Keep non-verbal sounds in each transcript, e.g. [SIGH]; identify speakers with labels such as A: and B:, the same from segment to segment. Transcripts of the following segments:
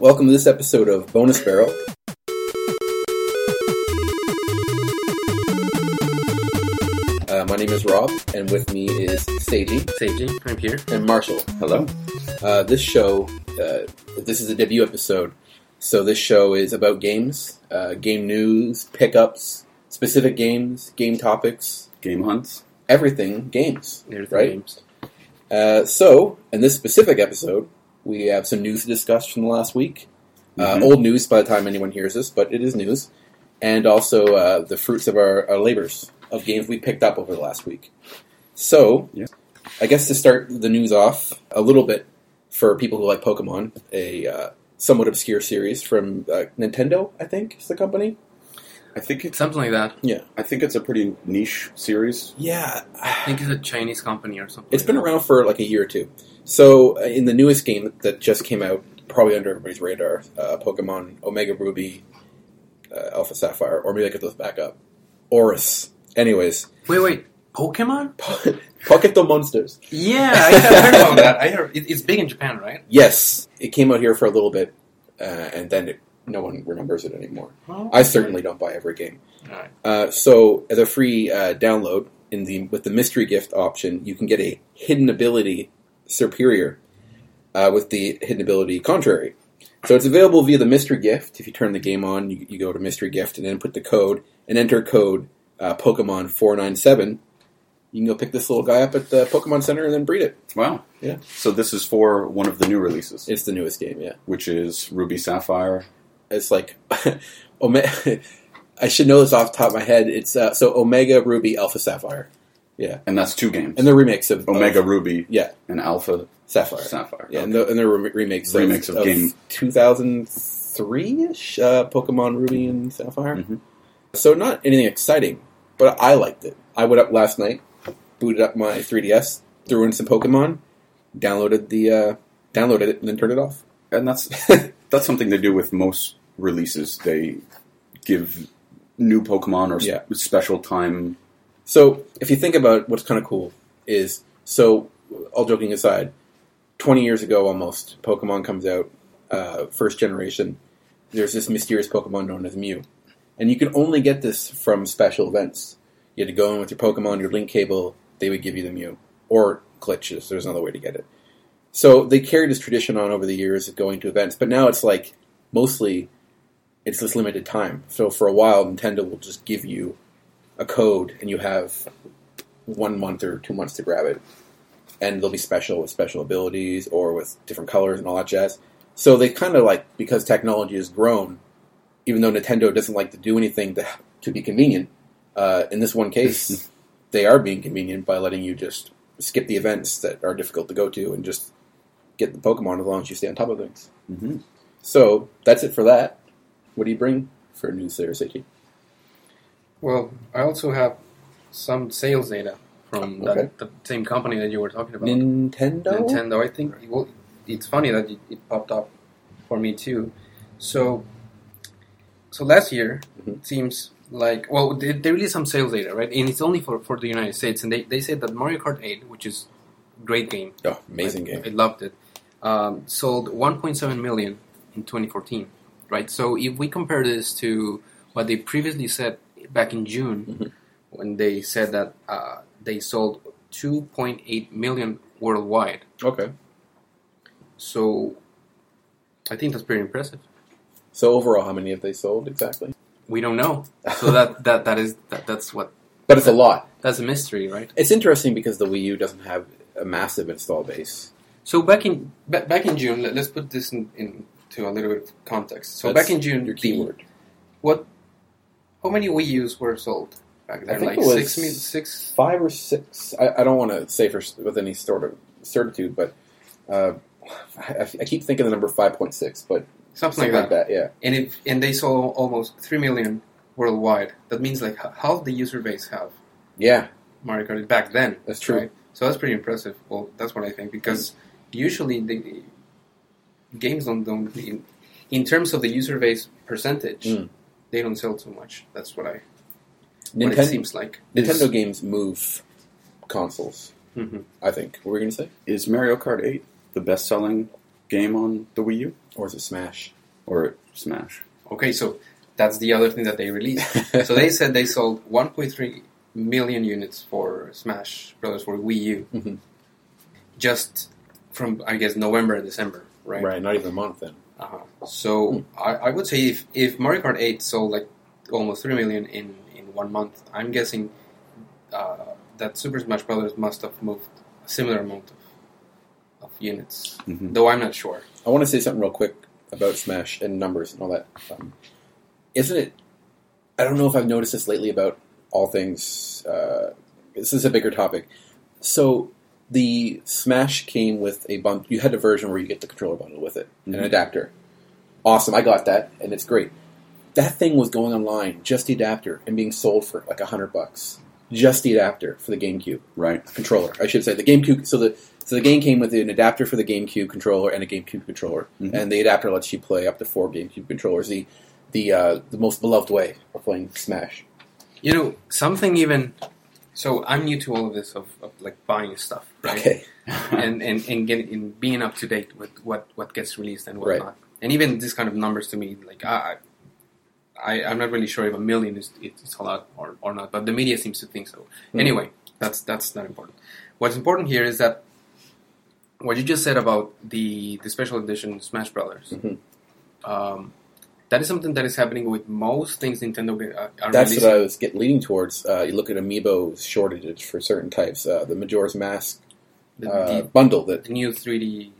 A: Welcome to this episode of Bonus Barrel. Uh, my name is Rob, and with me is Seiji
B: Seiji, I'm here.
A: and Marshall.
C: Hello.
A: Uh, this show, uh, this is a debut episode, so this show is about games, uh, game news, pickups, specific games, game topics,
C: Game hunts.
A: everything games.
B: There's
A: Right.
B: the names.
A: Uh, so, in this specific episode, we have some news to discuss from the last week.
C: Mhm.
A: Uh, old news by the time anyone hears this, but it is news. And also uh, the fruits of our, our labors of games we picked up over the last week. So,
C: Yeah.
A: I guess to start the news off a little bit for people who like Pokemon, a uh, somewhat obscure series from uh, Nintendo, I think, is the company.
C: I think it's
B: Something like that.
C: I think it's a pretty niche series.
A: Yeah.
B: I think it's a Chinese company or something.
A: It's been around for like a year or two. So uh, in the newest game that just came out, probably under everybody's radar, uh, Pokemon Omega Ruby, uh, Alpha Sapphire, or maybe I get those back up. Oris. Anyways, [LAUGHS]
B: Wait, wait. Pokemon?
A: po- Pocket the Monsters.
B: Yeah, I have heard about that. I heard it, it's big in Japan, right?
A: Yes, it came out here for a little bit, uh, and then it, no one remembers it anymore.
B: Well,
A: I certainly don't buy every game.
B: Alright.
A: Uh, so as a free uh, download in the with the mystery gift option, you can get a hidden ability superior uh, with the hidden ability contrary. So it's available via the mystery gift. If you turn the game on, you, you go to mystery gift and then put the code and enter code uh, Pokemon four nine seven. You can go pick this little guy up at the Pokemon Center and then breed it.
C: Wow.
A: Yeah.
C: So this is for one of the new releases,
A: It's the newest game, yeah.
C: which is Ruby Sapphire.
A: It's like, [LAUGHS] Ome- [LAUGHS] I should know this off the top of my head. It's uh, so Omega Ruby Alpha Sapphire,
C: And that's two games.
A: and the remakes of of-
C: Omega Ruby
A: yeah,
C: and Alpha
A: Sapphire.
C: Sapphire.
A: Yeah, and, the, and the rem- remakes of,
C: Remakes of game.
A: 2003 ish uh, Pokemon Ruby and Sapphire.
C: Mhm.
A: So not anything exciting, but I liked it. I went up last night, booted up my 3DS, threw in some Pokemon, downloaded the uh, downloaded it, and then turned it off. [LAUGHS]
C: And that's that's something they do with most releases. They give new Pokemon or s-
A: Yeah.
C: special time.
A: So if you think about what's kind of cool is so all joking aside, twenty years ago almost, Pokemon comes out uh, first generation. There's this mysterious Pokemon known as Mew, and you can only get this from special events. You had to go in with your Pokemon, your link cable. They would give you the Mew or glitches. There's another way to get it. So they carried this tradition on over the years of going to events, but now it's like mostly it's this limited time. So for a while, Nintendo will just give you a code and you have one month or two months to grab it. And they'll be special with special abilities or with different colors and all that jazz. So they kind of like, because technology has grown, even though Nintendo doesn't like to do anything to, to be convenient, uh, in this one case, they are being convenient by letting you just skip the events that are difficult to go to and just get the Pokemon as long as you stay on top of things.
C: Mhm.
A: So that's it for that. What do you bring for news there, Seiji?
B: Well, I also have some sales data from that,
A: Okay.
B: the same company that you were talking about.
A: Nintendo?
B: Nintendo. I think well, it's funny that it, it popped up for me too. So, so last year
A: Mhm.
B: it seems like well, they, they released some sales data, right? And it's only for, for the United States, and they they said that Mario Kart 8, which is great game,
A: Oh, amazing
B: I,
A: game.
B: I loved it. Um, sold 1.7 million in 2014, right? So if we compare this to what they previously said back in June,
A: Mhm.
B: when they said that uh, they sold 2.8 million worldwide.
A: Okay.
B: So I think that's pretty impressive.
A: So overall, how many have they sold exactly?
B: We don't know. So that that that is that, that's what
A: [LAUGHS] but it's a lot.
B: that's a mystery, right?
A: It's interesting because the Wii U doesn't have a massive install base.
B: So back in ba- back in June, let, us put this in, into a little bit of context. So
A: That's
B: back in June,
A: your
B: the-
A: keyword.
B: what? How many Wii U's were sold back there?
A: think
B: Like
A: it was-
B: six, mi- six.
A: Five or six. I, I don't want to say for s- with any sort of certitude, but uh, I, I keep thinking the number five point six, but
B: something like that.
A: like that. Yeah.
B: And if and they sold almost three million worldwide. That means like h- half the user base have
A: Yeah.
B: Mario Kart back then.
A: That's true.
B: Right? So that's pretty impressive. Well, that's what I think because usually the games don't don't in, in terms of the user base percentage,
A: Mm.
B: they don't sell too much. That's what I what it
A: Nintendo,
B: seems like.
A: Nintendo
B: [LAUGHS]
A: games move consoles.
B: Mhm.
A: I think. What were you gonna say?
C: Is Mario Kart 8 the best-selling game on the Wii U?
A: or is it Smash?
C: or Smash.
B: Okay, so that's the other thing that they released. so they said they sold 1.3 million units for Smash Brothers for Wii U,
A: Mhm.
B: just from I guess November and December,
A: [LAUGHS]
B: right?
A: Right, not even a month then.
B: Uh-huh. So I, I would say if if Mario Kart 8 sold like almost 3 million in in one month, I'm guessing uh, that Super Smash Brothers must have moved a similar amount of, of units,
C: Mhm.
A: Mm-hmm.
C: [LAUGHS]
B: though I'm not sure.
A: I want to say something real quick about Smash and numbers and all that. Um, isn't it? I don't know if I've noticed this lately about all things. Uh, this is a bigger topic. So the Smash came with a bundle. You had a version where you get the controller bundle with it, an
C: Mhm.
A: adapter. Awesome, I got that, and it's great. That thing was going online, just the adapter, and being sold for like a hundred bucks. Just the adapter for the GameCube
C: Right.
A: controller. I should say the GameCube. So the so the game came with an adapter for the GameCube controller and a GameCube controller,
C: Mhm.
A: and the adapter lets you play up to four GameCube controllers. The the uh, the most beloved way of playing Smash.
B: You know, something even. So I'm new to all of this of, of like buying stuff, right?
A: Okay, [LAUGHS]
B: and and and, getting, and being up to date with what what gets released and whatnot. And even this kind of numbers to me, like I, I I'm not really sure if a million is it's a lot or, or not, but the media seems to think so.
A: Hmm.
B: Anyway, that's that's not important. What's important here is that what you just said about the the special edition Smash Brothers.
A: Mhm.
B: Um, that is something that is happening with most things Nintendo ge- are are
A: that's
B: releasing.
A: what I was getting leading towards. Uh, you look at Amiibo shortage for certain types. Uh, the Majora's Mask
B: The-
A: uh,
B: the-
A: bundle that
B: the new 3D.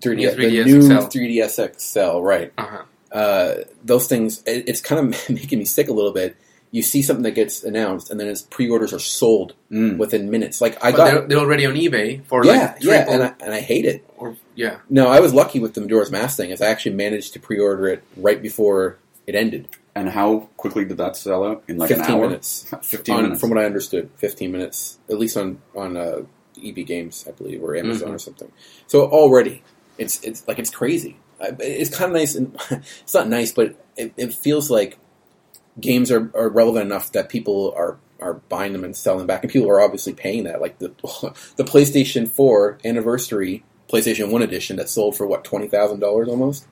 A: 3D,
B: New
A: the
B: 3DS
A: new
B: XL.
A: 3DS XL, right?
B: Uh-huh.
A: uh, those things, it, it's kind of [LAUGHS] making me sick a little bit. You see something that gets announced, and then its pre-orders are sold
B: Hmm.
C: Mm.
A: within minutes. Like I
B: But they're,
A: got,
B: they're already on eBay for
A: yeah,
B: like triple
A: yeah, and I, and I hate it.
B: or yeah.
A: No, I was lucky with the Majora's Mask thing, as I actually managed to pre-order it right before it ended.
C: And how quickly did that sell out? In like an
A: fifteen
C: hour?
A: minutes,
C: 15
A: on,
C: minutes.
A: from what I understood, fifteen minutes at least on on uh, EB Games, I believe, or Amazon or something. So already, it's it's like it's crazy. I- It's kind of nice, and [LAUGHS] it's not nice, but it, it feels like games are, are relevant enough that people are are buying them and selling them back, and people are obviously paying that. Like the [LAUGHS] the PlayStation Four anniversary PlayStation One edition that sold for what twenty thousand dollars almost.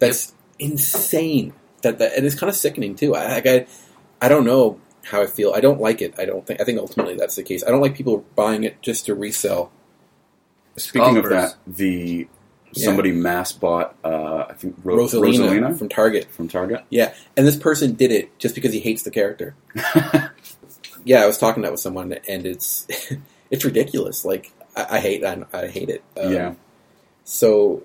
A: That's insane. That, that and it's kind of sickening too. I, like I I don't know how I feel. I don't like it. I don't think. I think ultimately that's the case. I don't like people buying it just to resell.
C: Speaking of
B: Developers.
C: that, the
A: Yeah.
C: somebody mass bought, uh, I think, Ro-
A: Rosalina,
C: Rosalina from,
A: from Target, [LAUGHS]
C: Target.
A: and this person did it just because he hates the character. Yeah, I was talking that with someone, and it's [LAUGHS] it's ridiculous. Like I, I hate. I, I hate it. Um,
C: yeah.
A: So,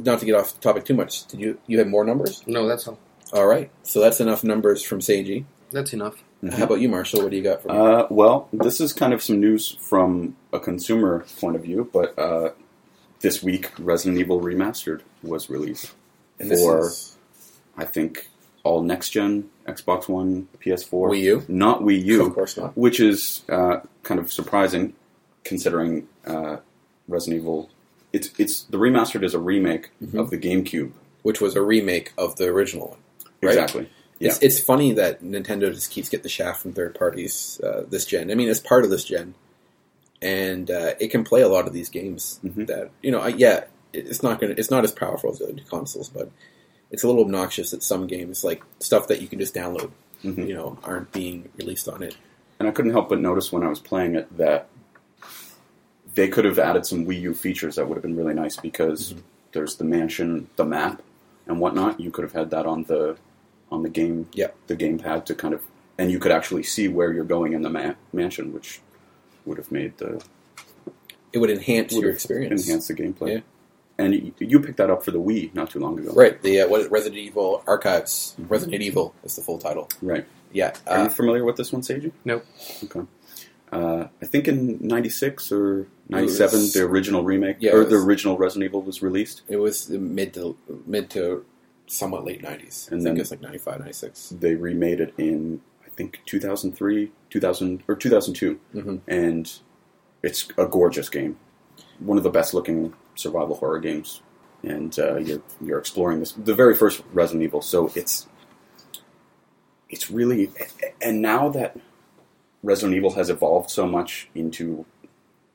A: not to get off topic too much. Did you you have more numbers?
B: No, that's all.
A: All right. So that's enough numbers from Seiji.
B: That's enough.
A: How about you, Marshall? What do you got for me?
C: Mm-hmm. [LAUGHS] Uh, well, this is kind of some news from a consumer point of view, but uh, this week Resident Evil Remastered was released.
A: And this
C: for-
A: is
C: I think all next gen Xbox One, PS4,
A: Wii U.
C: not Wii
A: Of
C: U,
A: course not.
C: which is uh, kind of surprising considering uh, Resident Evil. It's it's the remastered is a remake
A: Mhm.
C: of the GameCube.
A: Which was a remake of the original one. Right.
C: Exactly.
A: It's, it's funny that Nintendo just keeps getting the shaft from third parties uh, this gen. I mean, it's part of this gen, and uh, it can play a lot of these games
C: Mhm.
A: that you know. I, yeah, it- it's not gonna. It's not as powerful as the other consoles, but it's a little obnoxious that some games, like stuff that you can just download,
C: Mhm.
A: you know, aren't being released on it.
C: And I couldn't help but notice when I was playing it that they could have added some Wii U features that would have been really nice because
A: Mm-hmm.
C: there's the mansion, the map, and whatnot. You could have had that on the on the game,
A: Yeah.
C: the gamepad to kind of, and you could actually see where you're going in the ma- mansion, which would have made the
A: It would enhance
C: would
A: your
C: have
A: experience.
C: enhanced the gameplay.
A: Yeah.
C: And you, you picked that up for the Wii not too long ago,
A: Right. The uh, what is it, Resident Evil Archives? Resident Evil is the full title.
C: Mm-hmm. Right.
A: Yeah.
C: Are
A: Uh,
C: you familiar with this one, Seiji?
B: Nope.
C: Okay. Uh, I think in '96 or '97,
A: was-
C: the original remake
A: Yeah, it
C: or the
A: was-
C: original Resident Evil was released.
A: it was the mid to mid to somewhat late nineties. I think
C: And then-
A: it was like 95, 96.
C: They remade it in I think 2003, 2000 or 2002,
A: Mhm.
C: and it's a gorgeous game, one of the best looking survival horror games. And uh, you're you're exploring this the very first Resident Evil, so it's it's really and now that Resident Evil has evolved so much into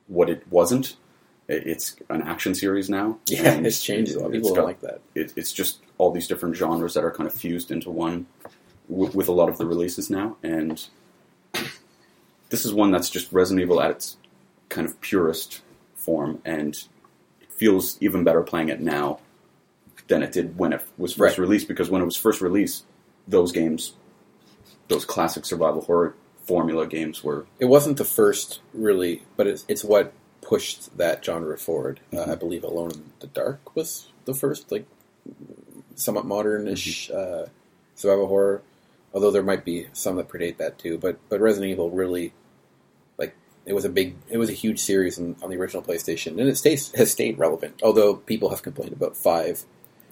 C: what it wasn't, It- It's an action series now.
A: Yeah,
C: and
A: it's changed a lot.
C: it's
A: People
C: got-
A: don't like that.
C: it, it's just all these different genres that are kind of fused into one with, with a lot of the releases now. And this is one that's just Resident Evil at its kind of purest form, and it feels even better playing it now than it did when it was first
A: Right.
C: released. Because when it was first released, those games, those classic survival horror formula games, were
A: It wasn't the first, really, but it's it's what pushed that genre forward. Uh, I believe Alone in the Dark was the first, like somewhat modernish uh, survival horror. Although there might be some that predate that too, but but Resident Evil really, like, it was a big, it was a huge series in, on the original PlayStation, and it stays has stayed relevant. Although people have complained about five.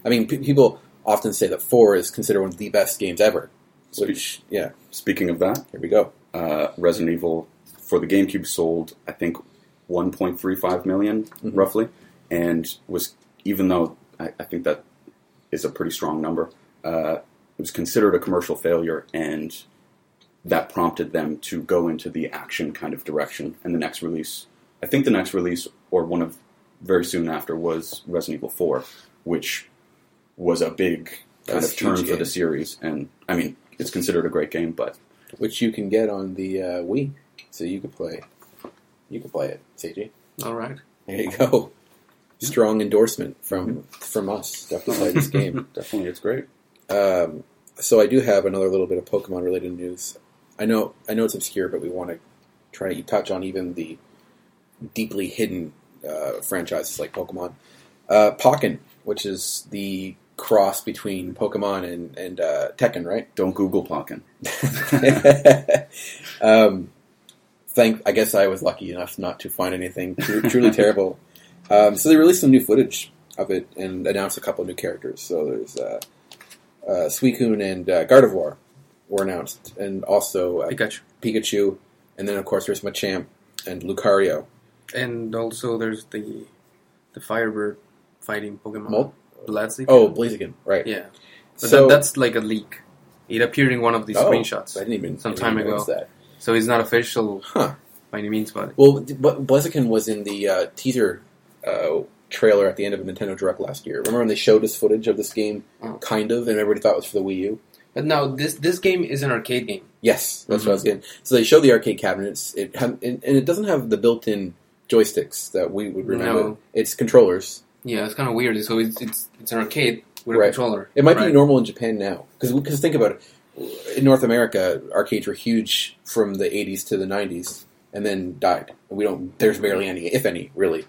A: I mean, pe people often say that four is considered one of the best games ever. Which, yeah,
C: speaking of that.
A: here we go.
C: uh, Resident Evil for the GameCube sold, I think, 1.35 million, roughly, and was even though I, I think that is a pretty strong number, uh, it was considered a commercial failure, and that prompted them to go into the action kind of direction. And the next release, I think, the next release or one of very soon after was Resident Evil 4, which was a big
A: That
C: kind
A: was
C: of
A: a huge
C: turn for
A: game.
C: the series. And I mean, it's considered a great game, but
A: which you can get on the uh, Wii, so you could play. You could play it, CG.
B: All right.
A: There you go. Strong endorsement from from us. Definitely play this
C: [LAUGHS]
A: game.
C: definitely it's great.
A: Um, so I do have another little bit of Pokemon related news. I know I know it's obscure, but we want to try to touch on even the deeply hidden uh, franchises like Pokemon. Uh, Pokken, which is the cross between Pokemon and and uh, Tekken, right?
C: Don't Google Pokken.
A: [LAUGHS] um, thank. I guess I was lucky enough not to find anything tru- truly terrible. Um, so they released some new footage of it and announced a couple new characters. So there's uh, uh, Suicune and uh, Gardevoir were announced, and also uh,
B: Pikachu.
A: Pikachu, and then of course there's Machamp and Lucario.
B: And also there's the the Firebird fighting Pokemon.
A: Mul-
B: Blaziken.
A: Oh, Blaziken, right?
B: Yeah. But
A: So
B: that, that's like a leak. It appeared in one of these
A: Oh,
B: screenshots.
A: I didn't even
B: Some
A: I didn't
B: time
A: even
B: ago.
A: notice that.
B: So it's not official
A: Huh.
B: by any means, but
A: Well, th- but Blaziken was in the uh, teaser uh, trailer at the end of Nintendo Direct last year. Remember when they showed us footage of this game,
B: Oh.
A: kind of, and everybody thought it was for the Wii U?
B: but now this this game is an arcade game.
A: Yes, that's what
B: Mm-hmm.
A: I was getting. So they showed the arcade cabinets, it ha- and, and it doesn't have the built-in joysticks that we would remember.
B: No.
A: It's controllers.
B: Yeah, it's kind of weird. So it's it's, it's an arcade with
A: Right.
B: a controller.
A: It might
B: Right.
A: be normal in Japan now because think about it. In North America, arcades were huge from the '80s to the '90s, and then died. We don't. There's barely any, if any, really.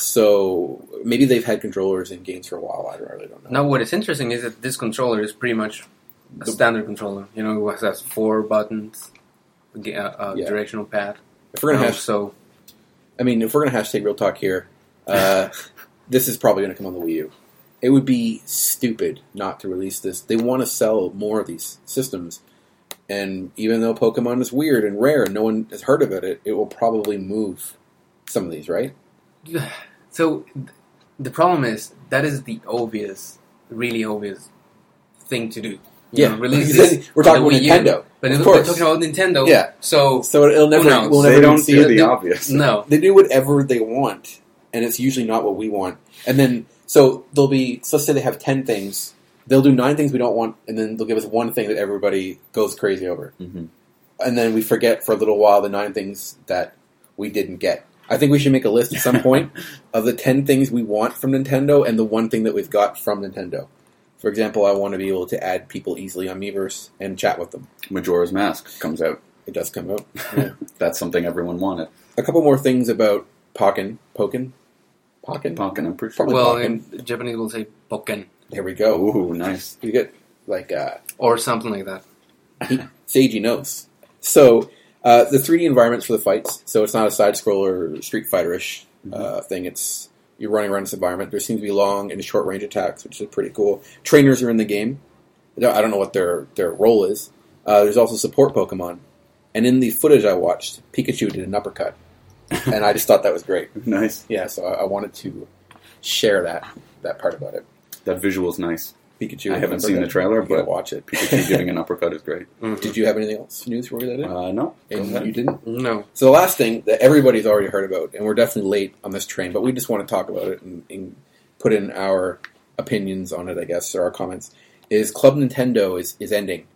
A: So maybe they've had controllers in games for a while. I don't- I really don't know.
B: Now, what is interesting is that this controller is pretty much a
A: The-
B: standard controller. You know, it has four buttons, a ga- a, a
A: Yeah.
B: directional pad. Oh,
A: If we're gonna hash,
B: so
A: I mean, if we're gonna hashtag real talk here,
C: [LAUGHS]
A: uh, this is probably gonna come on the Wii U. It would be stupid not to release this. They want to sell more of these systems, and even though Pokemon is weird and rare and no one has heard about it, it will probably move some of these, right?
B: so th- the problem is that is the obvious, really obvious thing to do. You
A: Yeah, [LAUGHS]
B: know, release
A: Exactly.
B: this.
A: We're
B: for
A: talking
B: the
A: about
B: Wii U,
A: Nintendo,
B: but
A: of
B: we're
A: course.
B: talking about Nintendo.
A: Yeah.
B: So
A: so it'll never.
B: Who knows?
A: We'll never
C: They don't
A: see
C: do
A: it.
C: the
B: They-
C: obvious.
B: no,
A: They do whatever they want, and it's usually not what we want. And then, so they'll be. So let's say they have ten things. They'll do nine things we don't want, and then they'll give us one thing that everybody goes crazy over,
C: Mhm.
A: and then we forget for a little while the nine things that we didn't get. I think we should make a list at some point of the ten things we want from Nintendo and the one thing that we've got from Nintendo. For example, I want to be able to add people easily on Miiverse and chat with them.
C: Majora's Mask comes out.
A: It does come out.
C: [LAUGHS] That's something everyone wanted.
A: A couple more things about Pokken. Pokken? Pokken?
C: Pokken, I'm pretty sure. Oh,
A: Probably-
B: well,
A: Pokken.
B: in Japanese we'll say Pokken
A: There we go.
C: Ooh, nice.
A: You get, like, uh,
B: or something like that.
A: Seiji knows. So, uh, the 3D environments for the fights, so it's not a side scroller, Street Fighter ish
C: Mm-hmm.
A: uh, thing. It's you're running around this environment. There seems to be long and short range attacks, which is pretty cool. Trainers are in the game. I don't- I don't know what their, their role is. Uh, there's also support Pokemon. And in the footage I watched, Pikachu did an uppercut.
C: [LAUGHS]
A: and I just thought that was great.
C: Nice.
A: Yeah, so I, I wanted to share that that part about it.
C: That visual's nice.
A: Pikachu.
C: I haven't
A: and
C: seen the
A: uppercut.
C: trailer,
A: You gotta
C: but-
A: watch it.
C: Pikachu giving an uppercut is great.
A: Did you have anything else news for that?
C: Uh, no, go
A: and
C: ahead.
A: you didn't.
B: No.
A: So the last thing that everybody's already heard about, and we're definitely late on this train, but we just want to talk about it and, and put in our opinions on it, I guess, or our comments, is Club Nintendo is is ending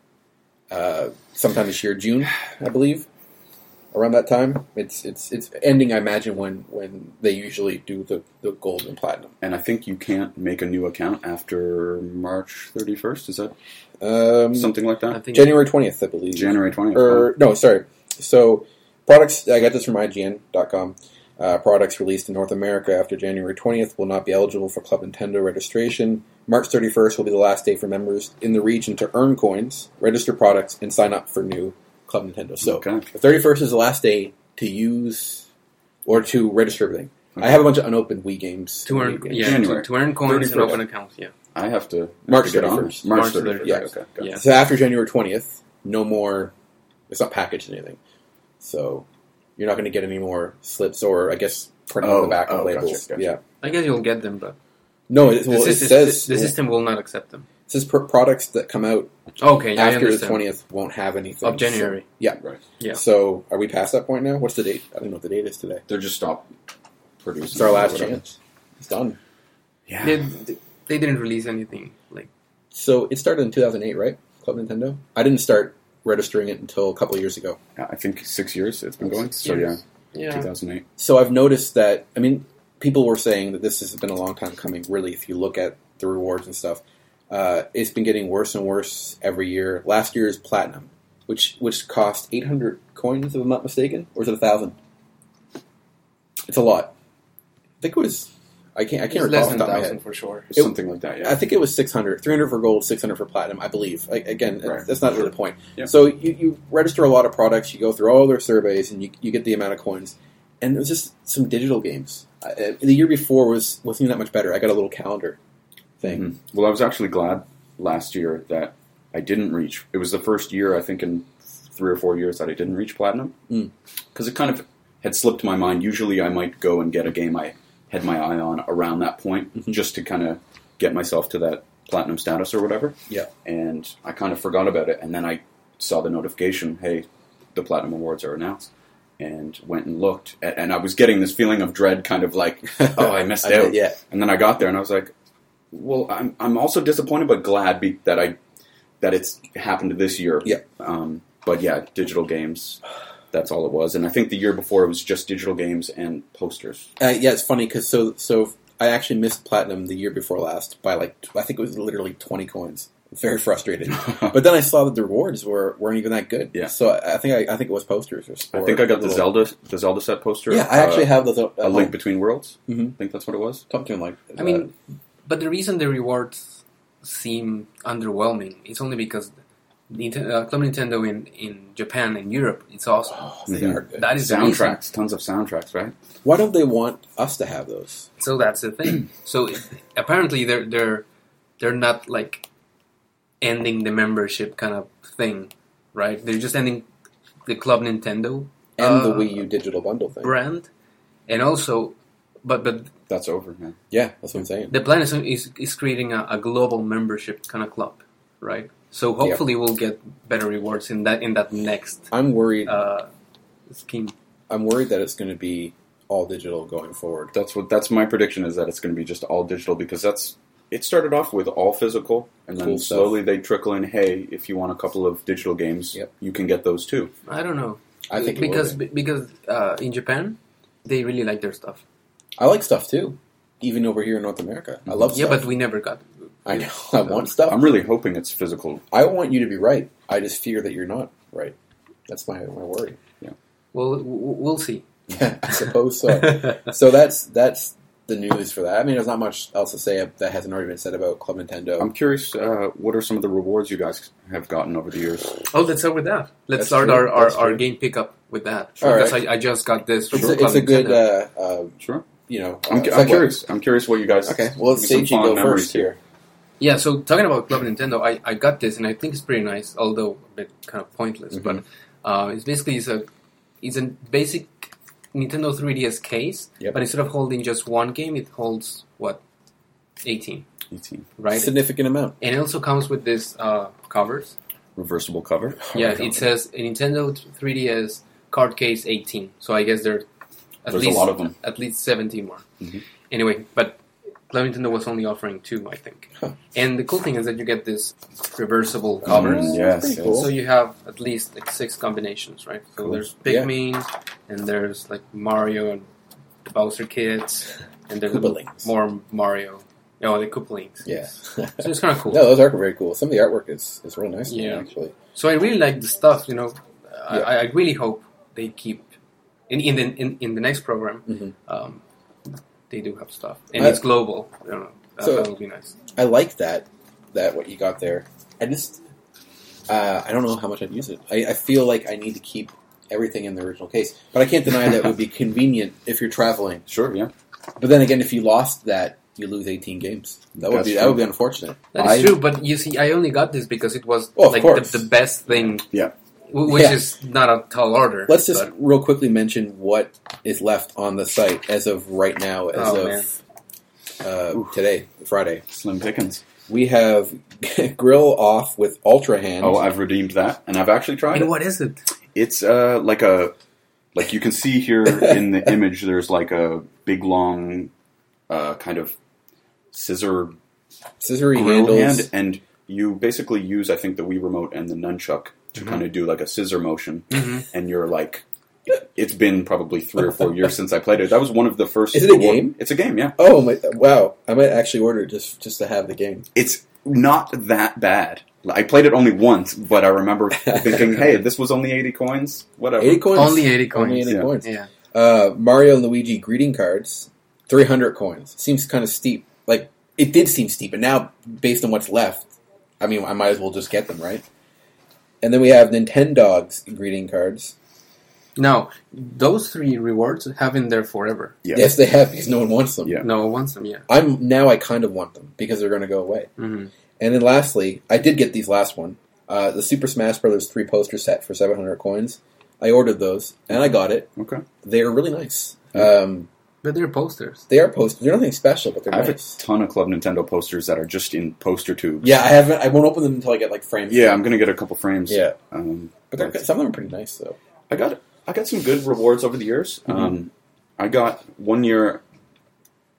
A: uh, sometime this year, June, I believe, around that time. It's it's it's ending, I imagine, when when they usually do the the gold and platinum.
C: And I think you can't make a new account after March 31st. Is that
A: Um,
C: something like
B: I
C: that?
B: think
A: January twentieth, I Er, believe.
C: January 20th.
A: or no, sorry. So products I got this from IGN.com. Uh, products released in North America after January 20th will not be eligible for Club Nintendo registration. March 31st will be the last day for members in the region to earn coins, register products, and sign up for new Club Nintendo. So
C: Oh, okay.
A: the 31st is the last day to use or to register everything. I
C: Okay.
A: have a bunch of unopened Wii games.
B: To earn,
A: Wii games.
B: yeah,
C: January.
B: to, to earn coins and
A: 31st.
B: open accounts, yeah.
C: I have to
A: March
C: have to get on
A: 31st.
C: it. March,
B: March
C: 31st.
A: yeah.
C: Okay. got it.
B: Yeah.
A: So after January 20th, no more. It's not packaged in anything, so you're not going to get any more slips or I guess printing on
C: Oh,
A: the back
C: oh,
A: of labels.
C: gotcha, gotcha.
A: Yeah.
B: I guess you'll get them, but
A: No, it, well,
B: the,
A: it
B: sys-
A: says
B: the system will not accept them.
A: it says pro- products that come out
B: Okay, yeah, I
A: after the
B: understand.
A: 20th won't have anything
B: of January.
C: Right.
A: So,
B: Yeah.
A: so are we past that point now? What's the date? I don't know what the date is today.
C: They're just stopped producing.
A: It's our last
C: Whatever.
A: chance. It's done.
C: Yeah.
B: They, they didn't release anything. Like
A: So it started in 2008, right? Club Nintendo. I didn't start registering it until a couple of years ago.
C: Yeah, I think six years it's been going.
B: Six
C: So yeah,
B: years.
C: [LAUGHS]
B: yeah,
C: 2008.
A: So I've noticed that. I mean, people were saying that this has been a long time coming. Really, if you look at the rewards and stuff, uh, it's been getting worse and worse every year. Last year's platinum, which which cost eight hundred coins, if I'm not mistaken, or is it a thousand? It's a lot. I think it was. I can't. I
B: it's
A: can't recall
B: less
A: off the
B: than
A: top of my
B: thousand
A: head.
B: for sure.
A: It-
C: something like that.
A: I
C: Yeah.
A: think it was 600, 300 for gold, 600 for platinum, I believe. Like, again,
C: Right.
A: that's not really the point.
C: Yeah.
A: So you, you register a lot of products, you go through all their surveys, and you, you get the amount of coins. And it was just some digital games. I, I- the year before was wasn't even that much better. I got a little calendar thing.
C: Mhm. Well, I was actually glad last year that I didn't reach. It was the first year I think in three or four years that I didn't reach platinum
A: Mm.
C: because it kind of had slipped my mind. Usually, I might go and get a game I had my eye on around that point
A: Mhm.
C: just to kind of get myself to that platinum status or whatever.
A: Yeah.
C: And I kind of forgot about it, and then I saw the notification, "Hey, the platinum awards are announced." And went and looked, a- and I was getting this feeling of dread, kind of like,
A: [LAUGHS]
C: "Oh, I missed out."
A: bet, yeah.
C: And then I got there and I was like, well, I'm, I'm also disappointed but glad be, that I that it's happened this year.
A: Yeah.
C: Um, but yeah, digital games. That's all it was. And I think the year before it was just digital games and posters.
A: Uh, yeah, it's funny because so so I actually missed platinum the year before last by like tw- I think it was literally twenty coins. Very [LAUGHS] frustrated,
C: [LAUGHS]
A: but then I saw that the rewards were weren't even that good.
C: Yeah.
A: So I I think I, I think it was posters. Or,
C: I think I got the
A: little-
C: Zelda the Zelda set poster.
A: Yeah, I
C: uh,
A: actually have those. uh,
C: a Link Between Worlds.
A: Mhm.
C: I think that's what it was.
A: something like. That.
B: I mean, but the reason the rewards seem underwhelming it's only because Nintendo, uh, Club Nintendo in, in Japan and Europe it's awesome.
A: Oh, they
C: Mhm.
A: are good.
B: That is the reason.
C: Soundtracks, tons of soundtracks, right?
A: Why don't they want us to have those?
B: So that's the
A: [CLEARS THROAT]
B: thing. so it- apparently they're they're they're not like ending the membership kind of thing, right? They're just ending the Club Nintendo
A: And the
B: Uh,
A: Wii U digital bundle thing.
B: brand, and also, but but
C: That's over, man.
A: Yeah, that's what I'm saying.
B: the plan is is, is creating a, a global membership kind of club, right? So hopefully we'll get better rewards in that in that next
A: I'm worried.
B: uh, scheme.
A: I'm worried that it's going to be all digital going forward.
C: That's what that's my prediction is that it's going to be just all digital because that's it started off with all physical and then
A: Cool stuff.
C: slowly they trickle in hey if you want a couple of digital games
A: Yep.
C: you can get those too.
B: I don't know
A: I think it will
B: because
A: be.
B: be- because uh, in Japan they really like their stuff.
A: I like stuff too, even over here in North America. I love.
B: Yeah,
A: stuff.
B: but we never got [LAUGHS]
A: I know. I want stuff.
C: I'm really hoping it's physical.
A: I want you to be right. I just fear that you're not right. That's my my worry. [LAUGHS]
B: Well, w- w- we'll see.
A: I suppose so. so that's that's the news for that. I mean, there's not much else to say that hasn't already been said about Club Nintendo.
C: I'm curious uh, what are some of the rewards you guys have gotten over the years?
B: [LAUGHS] oh, let's start with that. Let's
A: That's
B: start
A: true,
B: our, our,
A: that's
B: our
A: true.
B: game pickup with that
A: All
B: because
A: right.
B: I, I just got this. From
A: it's, a,
B: Club
A: it's a good,
B: Nintendo.
A: uh, uh,
C: Sure.
A: you know.
C: I'm,
A: uh,
C: cu- I'm
A: segue.
C: curious. I'm curious what you guys
A: Okay, well, let's see
C: some
A: if you
C: fond
A: go
C: memories
A: first here.
B: Yeah, so talking about Club Nintendo, I, I got this and I think it's pretty nice, although a bit kind of pointless.
C: Mm-hmm.
B: But uh, it's basically it's a it's a basic Nintendo 3DS case,
A: Yep.
B: but instead of holding just one game, it holds what eighteen.
C: 18.
B: right?
A: Significant
C: Mm,
A: amount.
B: And it also comes with this uh,
C: [LAUGHS]
B: covers.
C: Reversible cover.
B: yeah, it says Nintendo 3DS card case 18. So I guess there are at
C: There's a
B: least
C: lot of them.
B: At least 17 more.
C: Mhm.
B: Anyway, but Club Nintendo was only offering two, I think.
A: Huh. Mm-hmm.
B: And the cool thing is that you get this reversible covers.
C: Mm, yes.
A: Pretty
C: yes.
A: cool.
B: So you have at least like six combinations, right? So
C: Cool.
B: there's
A: Yeah.
B: Pikmin, and there's like Mario and Bowser Kids, and there's
A: Koopalings.
B: more Mario. Oh, the Koopalings.
A: Yeah.
B: So it's kind of cool.
A: [LAUGHS] No, those are very cool. Some of the artwork is, is real nice. Yeah.
B: Yeah.
A: Actually,
B: So I really like the stuff. You know, I
A: Yeah.
B: I, I really hope they keep in in the in, in the next program.
A: Mhm.
B: Um, they do have stuff, and
A: I-
B: it's global. You know, that,
A: So-
B: that would be nice.
A: I like that that what you got there. I just uh, I don't know how much I'd use it. I, I feel like I need to keep everything in the original case, but I can't deny that it
C: [LAUGHS]
A: would be convenient if you're traveling.
C: Sure, yeah.
A: But then again, if you lost that, you lose 18 games. That would
C: That's
A: be that
C: true.
A: would be unfortunate.
B: That is
C: I-
B: true, but you see, I only got this because it was
A: Oh, of
B: like
A: course.
B: the, the best thing.
C: Yeah.
B: w- which
A: Yeah.
B: is not a tall order.
A: Let's just
B: but-
A: real quickly mention what is left on the site as of right now, as
B: Oh, man.
A: of uh,
C: Oof.
A: today, Friday.
C: Slim Pickens.
A: We have [LAUGHS] grill off with ultra hand.
C: Oh, I've redeemed that, and I've actually tried
B: and
C: it.
B: what is it?
C: It's uh like a like you can see
A: [LAUGHS]
C: here in the image. There's like a big long uh, kind of scissor
A: scissory
C: grill
A: handles.
C: hand, and you basically use I think the Wii remote and the nunchuck to
A: Mm-hmm.
C: kind of do like a scissor motion, and you're like. It's been probably three or four years since I played it. That was one of the first.
A: Is it a
C: award-
A: game?
C: It's a game, yeah.
A: Oh my! Wow, I might actually order just just to have the game.
C: It's not that bad. I played it only once, but
A: [LAUGHS]
C: I remember thinking, "Hey, this was only eighty coins. Whatever."
A: Eighty coins.
B: Only 80 coins.
A: Only 80
C: Yeah.
A: coins.
B: Yeah.
A: Uh, Mario and Luigi greeting cards. Three hundred coins seems kind of steep. Like it did seem steep, but now based on what's left, I mean, I might as well just get them right. And then we have Nintendogs greeting cards.
B: Now, those three rewards have been there forever.
C: Yeah.
A: Yes, they have because no one wants them.
C: Yeah.
B: No one wants them, yeah.
A: I'm now I kind of want them because they're going to go away.
B: hmm
A: And then lastly, I did get these last one. Uh, the Super Smash Brothers three poster set for seven hundred coins. I ordered those and I got it.
C: Okay.
A: They are really nice. Um,
B: But they're posters.
A: they are posted. They're nothing special, but they're
C: I have a
A: nice.
C: ton of Club Nintendo posters that are just in poster tubes.
A: Yeah, I haven't. I won't open them until I get like frames.
C: Yeah, I'm gonna get a couple frames.
A: yeah.
C: Um,
A: But they're, good- some of them are pretty nice though.
C: I got I got some good rewards over the years.
A: Mm-hmm.
C: Um, I got one year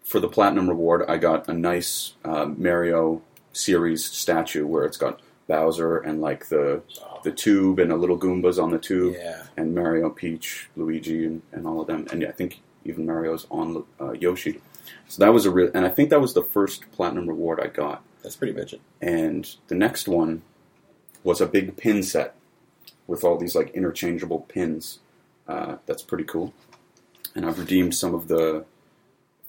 C: for the platinum reward. I got a nice uh, Mario series statue where it's got Bowser and like the the tube and a little Goombas on the tube
A: Yeah,
C: and Mario, Peach, Luigi, and, and all of them. And I think even Mario's on uh, Yoshi. So that was a real, and I think that was the first platinum reward I got.
A: that's pretty midget.
C: and the next one was a big pin set with all these like interchangeable pins. Uh, that's pretty cool. And I've redeemed some of the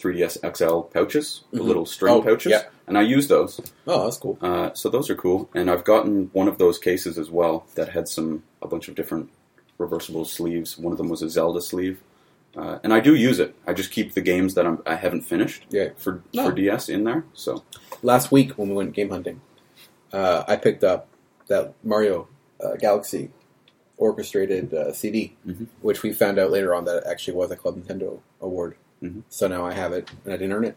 C: 3ds XL pouches, the
A: Mhm.
C: little string
A: Oh,
C: pouches,
A: yeah.
C: and I use those.
A: Oh, that's cool.
C: Uh, so those are cool. And I've gotten one of those cases as well that had some a bunch of different reversible sleeves. One of them was a Zelda sleeve. Uh, and I do use it. I just keep the games that I'm, I haven't finished
A: Yeah. Oh.
C: for
A: No.
C: for DS in there. So
A: Last week when we went game hunting, uh, I picked up that Mario uh, Galaxy orchestrated uh, CD,
C: Mhm.
A: which we found out later on that it actually was a Club Nintendo award.
C: Mhm.
A: So now I have it, and I didn't earn it.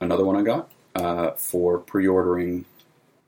C: another one I got uh, for pre-ordering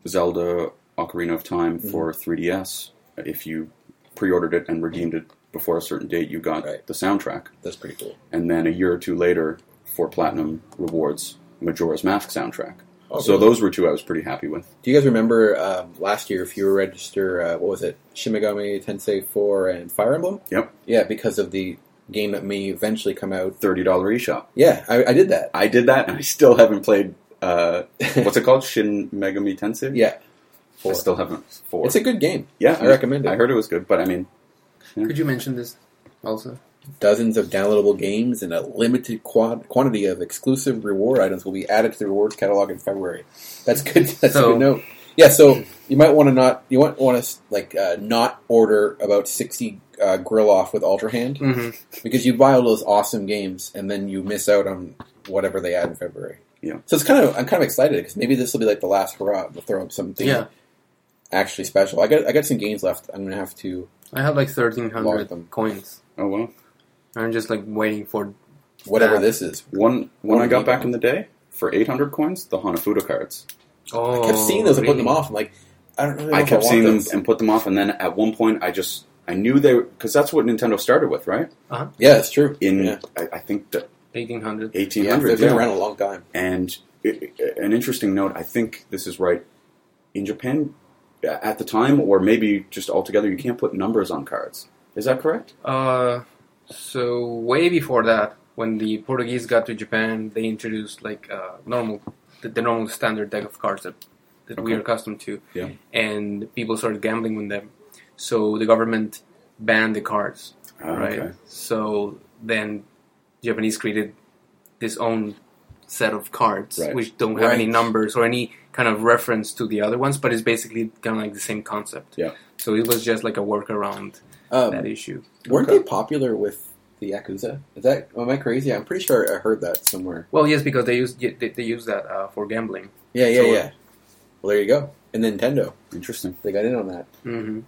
C: Zelda Ocarina of Time
A: Mm-hmm.
C: for 3DS. If you pre-ordered it and redeemed it before a certain date, you got
A: Right.
C: the soundtrack.
A: That's pretty cool.
C: And then a year or two later, for platinum rewards, Majora's Mask soundtrack.
A: Oh,
C: so
A: cool.
C: those were two I was pretty happy with.
A: Do you guys remember um, last year if you were register uh, what was it Shimigami Tensei 4 and Fire Emblem?
C: Yep.
A: Yeah, because of the game that may eventually come out.
C: Thirty dollar eShop.
A: Yeah, I, I did that.
C: I did that, and I still haven't played.
A: [LAUGHS]
C: Uh, what's it called? Shin Megami Tensei.
A: yeah,
C: I
A: four.
C: still haven't. Four.
A: It's a good game.
C: yeah,
A: I recommend it.
C: I heard it was good, but I mean,
A: Mm-hmm.
B: Could you mention this also?
A: Dozens of downloadable games and a limited quad- quantity of exclusive reward items will be added to the rewards catalog in February. That's good. [LAUGHS] That's a
B: So-
A: good note. Yeah, so you might want to not you might want to like uh, not order about sixty uh, grill off with Ultra Hand
B: Mm-hmm.
A: because you buy all those awesome games and then you miss out on whatever they add in February.
C: Yeah.
A: So it's kind of I'm kind of excited because maybe this will be like the last hurrah. We'll throw up something
B: Yeah.
A: actually special. I got I got some games left. I'm gonna have to
B: I have like
A: Lock them.
B: 1,300 coins.
C: oh well.
B: I'm just like waiting for
A: whatever
B: Yeah.
A: this is.
C: One one I
A: One
C: got
A: each.
C: back in the day for 800 coins the Hanafuda cards.
B: Oh,
A: I kept seeing those and putting them off. I'm like, I don't really. Know
C: I
A: if
C: kept
A: want
C: seeing them
A: those.
C: and put them off, and then at one point I just I knew they were because that's what Nintendo started with, right?
A: yeah, it's true.
C: In
A: yeah,
C: I, I think the
B: Eighteen hundred.
C: 1800s.
A: they've been
C: yeah.
A: around a long time.
C: And i- i- an interesting note, I think this is right. In Japan, at the time, or maybe just altogether, you can't put numbers on cards. Is that correct?
B: Uh, so way before that, when the Portuguese got to Japan, they introduced like uh, normal, the, the normal standard deck of cards that, that we
C: Okay.
B: are accustomed to.
C: Yeah.
B: And people started gambling with them, so the government banned the cards.
C: Ah,
A: Oh,
B: right.
C: okay.
B: So then, Japanese created this own set of cards
C: Right.
B: which don't have any
A: Right.
B: numbers or any kind of reference to the other ones, but it's basically kind of like the same concept.
C: Yeah.
B: So it was just like a workaround that
A: Um,
B: issue.
A: weren't
C: Okay.
A: they popular with the Yakuza? Is that am I crazy? I'm pretty sure I heard that somewhere.
B: Well, yes, because they use they, they use that uh, for gambling.
A: Yeah, yeah,
B: So-
A: yeah. Well, there you go. And Nintendo,
C: Interesting.
A: they got in on that.
B: Mm-hmm.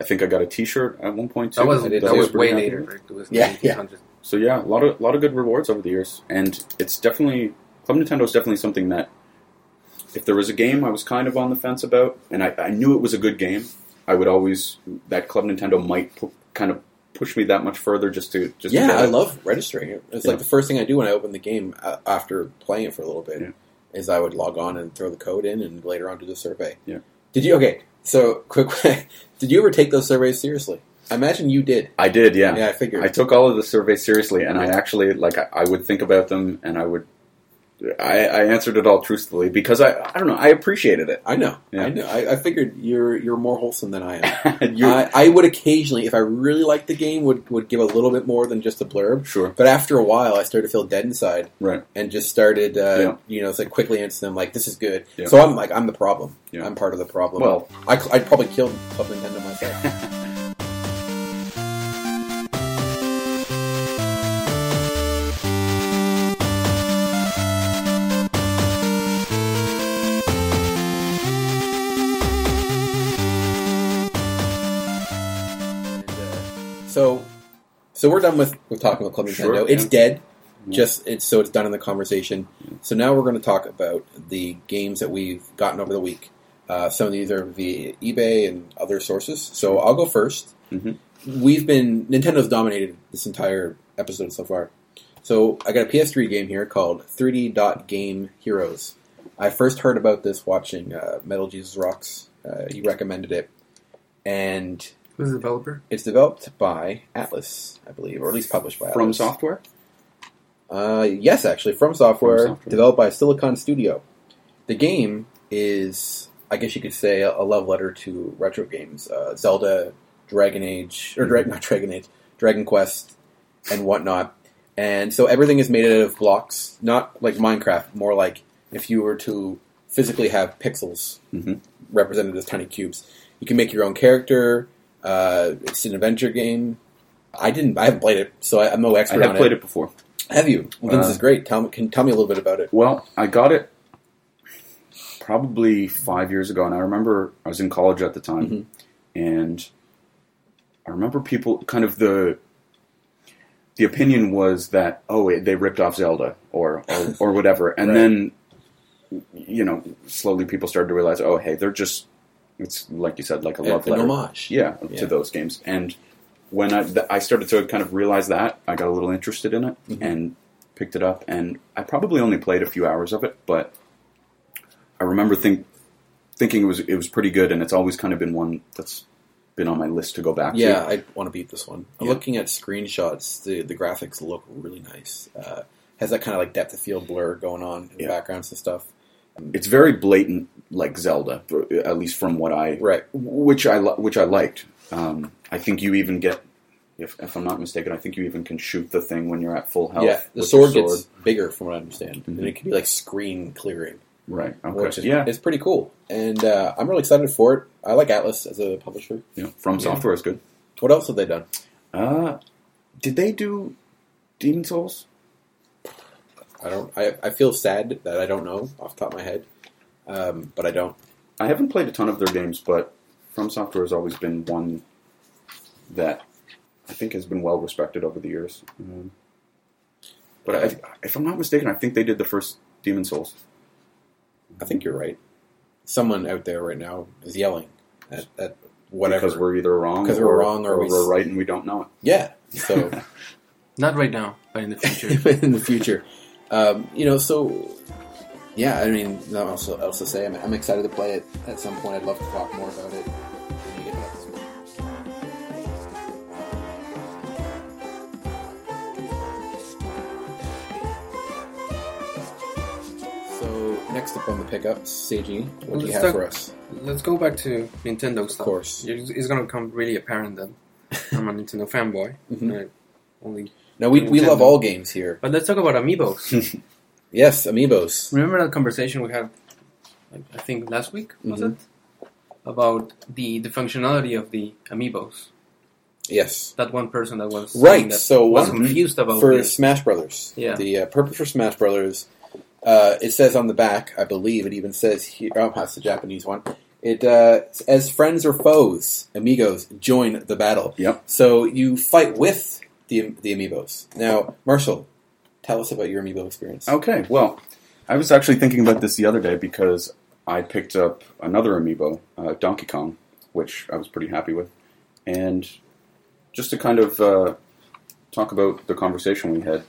C: I think I got a T-shirt at one point too.
B: That was
A: I
B: that,
A: did-
C: I
B: was
A: was
B: way
C: pretty happy
B: later.
C: with.
B: It was
A: Yeah, yeah.
B: 1800.
C: So yeah, a lot of lot of good rewards over the years, and it's definitely Club Nintendo is definitely something that if there was a game I was kind of on the fence about, and I, I knew it was a good game, I would always that Club Nintendo might pu- kind of push me that much further just to just to
A: yeah,
C: get
A: I
C: it.
A: love registering it. It's
C: Yeah.
A: like the first thing I do when I open the game uh, after playing it for a little bit
C: Yeah.
A: is I would log on and throw the code in, and later on do the survey.
C: Yeah.
A: Did you? Okay. So [LAUGHS] quick, did you ever take those surveys seriously? I imagine you did.
C: I did, yeah.
A: Yeah, I figured.
C: I took all of the surveys seriously, and I actually like I, I would think about them, and I would I, I answered it all truthfully because I I don't know I appreciated it. [LAUGHS]
A: I know.
C: Yeah.
A: I know. I, I figured you're you're more wholesome than I am.
C: you
A: I, I would occasionally, if I really liked the game, would would give a little bit more than just a blurb.
C: sure
A: But after a while, I started to feel dead inside,
C: right
A: and just started, uh,
C: Yeah.
A: you know, it's like quickly answer them like this is good.
C: Yeah.
A: So I'm like, I'm the problem.
C: Yeah.
A: I'm part of the problem.
C: well
A: I, I'd probably killed Club Nintendo
C: [LAUGHS]
A: myself. And, uh, so, so we're done with, with talking about Club Nintendo.
C: Sure,
A: It's
C: yeah.
A: dead.
C: Yeah.
A: Just it's so it's done in the conversation. So now we're going to talk about the games that we've gotten over the week. Uh, some of these are via eBay and other sources. So I'll go 1st
C: Mhm.
A: We've been Nintendo's dominated this entire episode so far. So I got a PS3 game here called 3D Dot Game Heroes. I first heard about this watching uh, Metal Jesus Rocks. Uh, he recommended it, and
B: Who's the developer?
A: it's developed by Atlas, I believe, or at least published by
C: from
A: Atlas.
C: software
A: Uh, yes, actually, from software,
C: From Software.
A: developed by Silicon Studio. The game is, I guess you could say, a, a love letter to retro games: uh, Zelda, Dragon Age, or Dragon, [LAUGHS] not Dragon Age, Dragon Quest, and whatnot. And so everything is made out of blocks, not like Minecraft, more like if you were to physically have pixels
C: Mhm.
A: represented as tiny cubes. You can make your own character. Uh, it's an adventure game. I didn't. I haven't played it, so I, I'm no
C: I
A: expert
C: have
A: on
C: played it before.
A: have you? Well, then
C: Uh,
A: this is great. Tell me, can tell me a little bit about it.
C: Well, I got it probably five years ago, and I remember I was in college at the time,
A: Mhm.
C: and I remember people kind of the the opinion was that oh it, they ripped off Zelda or or, or whatever, and
A: Right.
C: then you know slowly people started to realize oh hey they're just it's like you said like a love
A: An
C: letter
A: homage.
C: yeah,
A: Yeah.
C: to those games. And when I, th- I started to kind of realize that, I got a little interested in it
A: Mhm.
C: and picked it up. And I probably only played a few hours of it, but I remember think, thinking it was it was pretty good. And it's always kind of been one that's been on my list to go back
A: Yeah,
C: to.
A: I want to beat this one. I'm
C: Yeah.
A: looking at screenshots. The the graphics look really nice. Uh, has that kind of like depth of field blur going on in the
C: Yeah.
A: backgrounds and stuff.
C: It's very blatant, like Zelda, at least from what I
A: Right.
C: which I li- which I liked. Um, I think you even get. If, if I'm not mistaken, I think you even can shoot the thing when you're at full health.
A: yeah, the
C: with your
A: sword, gets bigger from what I understand, and it can be like screen clearing,
C: right. Okay.
A: which is
C: yeah,
A: it's pretty cool. And uh, I'm really excited for it. I like Atlas as a publisher.
C: Yeah, From
B: Yeah.
C: Software is good.
A: What else have they done?
C: Uh, did they do Demon Souls?
A: I don't. I, I feel sad that I don't know off the top of my head, um, but I don't.
C: I haven't played a ton of their games, but From Software has always been one that I think has been well respected over the years. Um, but I, if I'm not mistaken, I think they did the first Demon Souls.
A: I think you're right. Someone out there right now is yelling at, at whatever.
C: Because we're either wrong,
A: 'Cause we're
C: or-
A: wrong or
C: or
A: we
C: we're
A: s-
C: right and we don't know it.
A: yeah.
C: [LAUGHS]
A: So
B: Not right now, but in the future.
A: [LAUGHS] in the future, um, you know. So yeah, I mean, not else, else to say. I'm, I'm excited to play it at some point. I'd love to talk more about it. when we get back to it. So next up on the pickups, Seiji, what do you
B: Let's
A: have
B: talk-
A: for us?
B: Let's go back to Nintendo stuff.
A: Of
B: [LAUGHS]
A: course.
B: It's it's gonna become really apparent that I'm a Nintendo fanboy.
A: Mhm.
B: I only-
A: No, we, we
B: Nintendo.
A: love all games here.
B: But let's talk about Amiibos.
A: [LAUGHS] Yes, Amiibos.
B: Remember that conversation we had, like, I think last week was
A: Mhm.
B: it, about the the functionality of the amiibos.
A: Yes.
B: That one person that was saying
A: Right,
B: That
A: so
B: was
A: one-
B: confused about
A: for
B: this.
A: Smash Brothers.
B: Yeah.
A: The uh, purpose for Smash Brothers, uh, it says on the back, I believe it even says here. Oh, that's the Japanese one. It uh, as friends or foes, amigos join the battle.
C: Yep.
A: So you fight with the the amiibos. Now, Marshall, tell us about your amiibo experience.
B: Oh.
C: Okay, well, I was actually thinking about this the other day because I picked up another amiibo, uh, Donkey Kong, which I was pretty happy with. And just to kind of uh, talk about the conversation we had,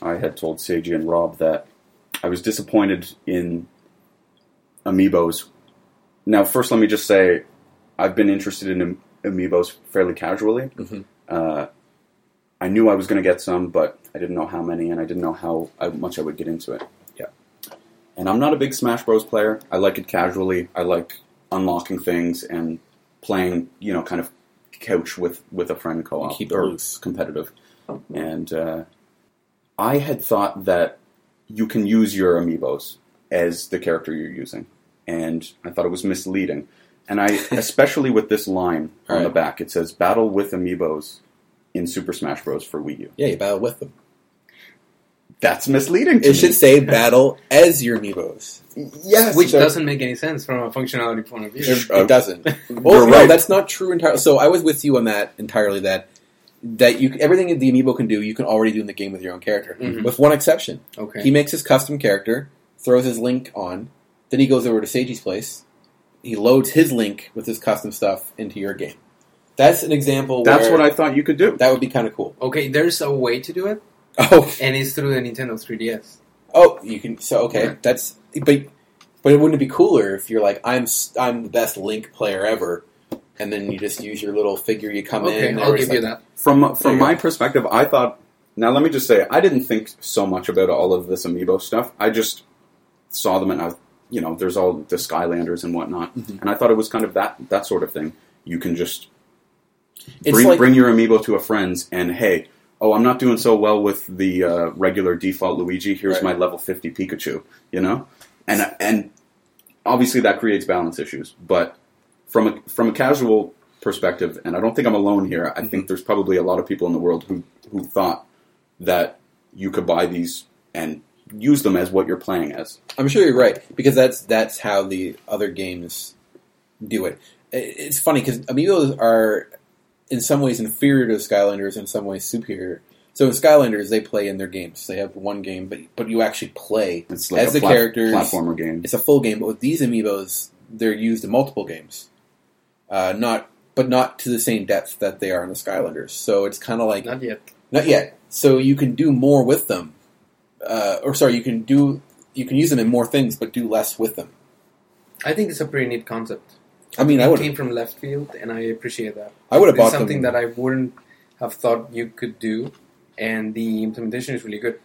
C: I had told Seiji and Rob that I was disappointed in amiibos. Now, first, let me just say I've been interested in am- amiibos fairly casually.
A: Mhm.
C: Uh, I knew I was going to get some, but I didn't know how many, and I didn't know how, how much I would get into it.
A: Yeah.
C: And I'm not a big Smash Bros. player. I like it casually. I like unlocking things and playing, you know, kind of couch with with a friend co-op
A: keep it
C: or
A: loose. Oh.
C: competitive. And uh, I had thought that you can use your amiibos as the character you're using, and I thought it was misleading.
A: [LAUGHS]
C: And I, especially with this line on the
A: Alright.
C: back, it says "Battle with amiibos." in Super Smash Bros. for Wii U.
A: Yeah, you battle with them.
C: That's misleading. To
A: It should say battle as your amiibos.
C: me. [LAUGHS] yes,
B: which
C: that-
B: doesn't make any sense from a functionality point of view.
A: It, it [LAUGHS] doesn't. Well,
C: You're
A: no,
C: right.
A: that's not true entirely. So I was with you on that entirely. That that you everything that the amiibo can do, you can already do in the game with your own character,
C: Mm-hmm.
B: Mhm.
A: with one exception.
B: Okay.
A: He makes his custom character, throws his link on, then he goes over to Seiji's place. He loads his link with his custom stuff into your game. That's an example.
C: That's
A: where
C: what I thought you could do.
A: That would be kind of
C: [LAUGHS]
A: cool.
B: okay, there's a way to do it,
A: Oh,
B: and it's through the Nintendo 3DS.
A: oh, you can. So okay,
C: Yeah.
A: that's but but it wouldn't it be cooler if you're like I'm s- I'm the best link player ever. And then you just use your little figure you come in.
B: okay,
A: and
B: I'll
A: everybody's
B: give you
A: like,
B: that.
C: From
A: There you
C: from my perspective, I thought. Now let me just say, I didn't think so much about all of this amiibo stuff. I just saw them, and I, you know, there's all the Skylanders and whatnot,
A: Mhm.
C: and I thought it was kind of that that sort of thing. You can just
A: It's
C: bring
A: like
C: bring your amiibo to a friend's, and hey, oh, I'm not doing so well with the uh, regular default Luigi. Here's
A: Right.
C: my level 50 Pikachu. You know, and and obviously that creates balance issues, but from a from a casual perspective, and I don't think I'm alone here. I
A: Mm-hmm.
C: think there's probably a lot of people in the world who who thought that you could buy these and use them as what you're playing as.
A: I'm sure you're right because that's that's how the other games do it. I- It's funny because amiibos are in some ways inferior to Skylanders, in some ways superior. So in Skylanders, they play in their games. They have one game, but but you actually play
C: It's like
A: As
C: a
A: the
C: plat-
A: characters-
C: platformer game.
A: it's a full game, but with these amiibos, they're used in multiple games, uh, not but not to the same depth that they are in the Skylanders. So it's kind of like
B: Not yet.
A: not yet. So you can do more with them, uh, or sorry, you can do you can use them in more things, but do less with them.
B: I think it's a pretty neat concept.
A: I mean, I
B: it
A: would
B: came from left field, and I appreciate that.
A: I would have
B: It's
A: bought
B: something
A: them.
B: that I wouldn't have thought you could do, and the implementation is really good.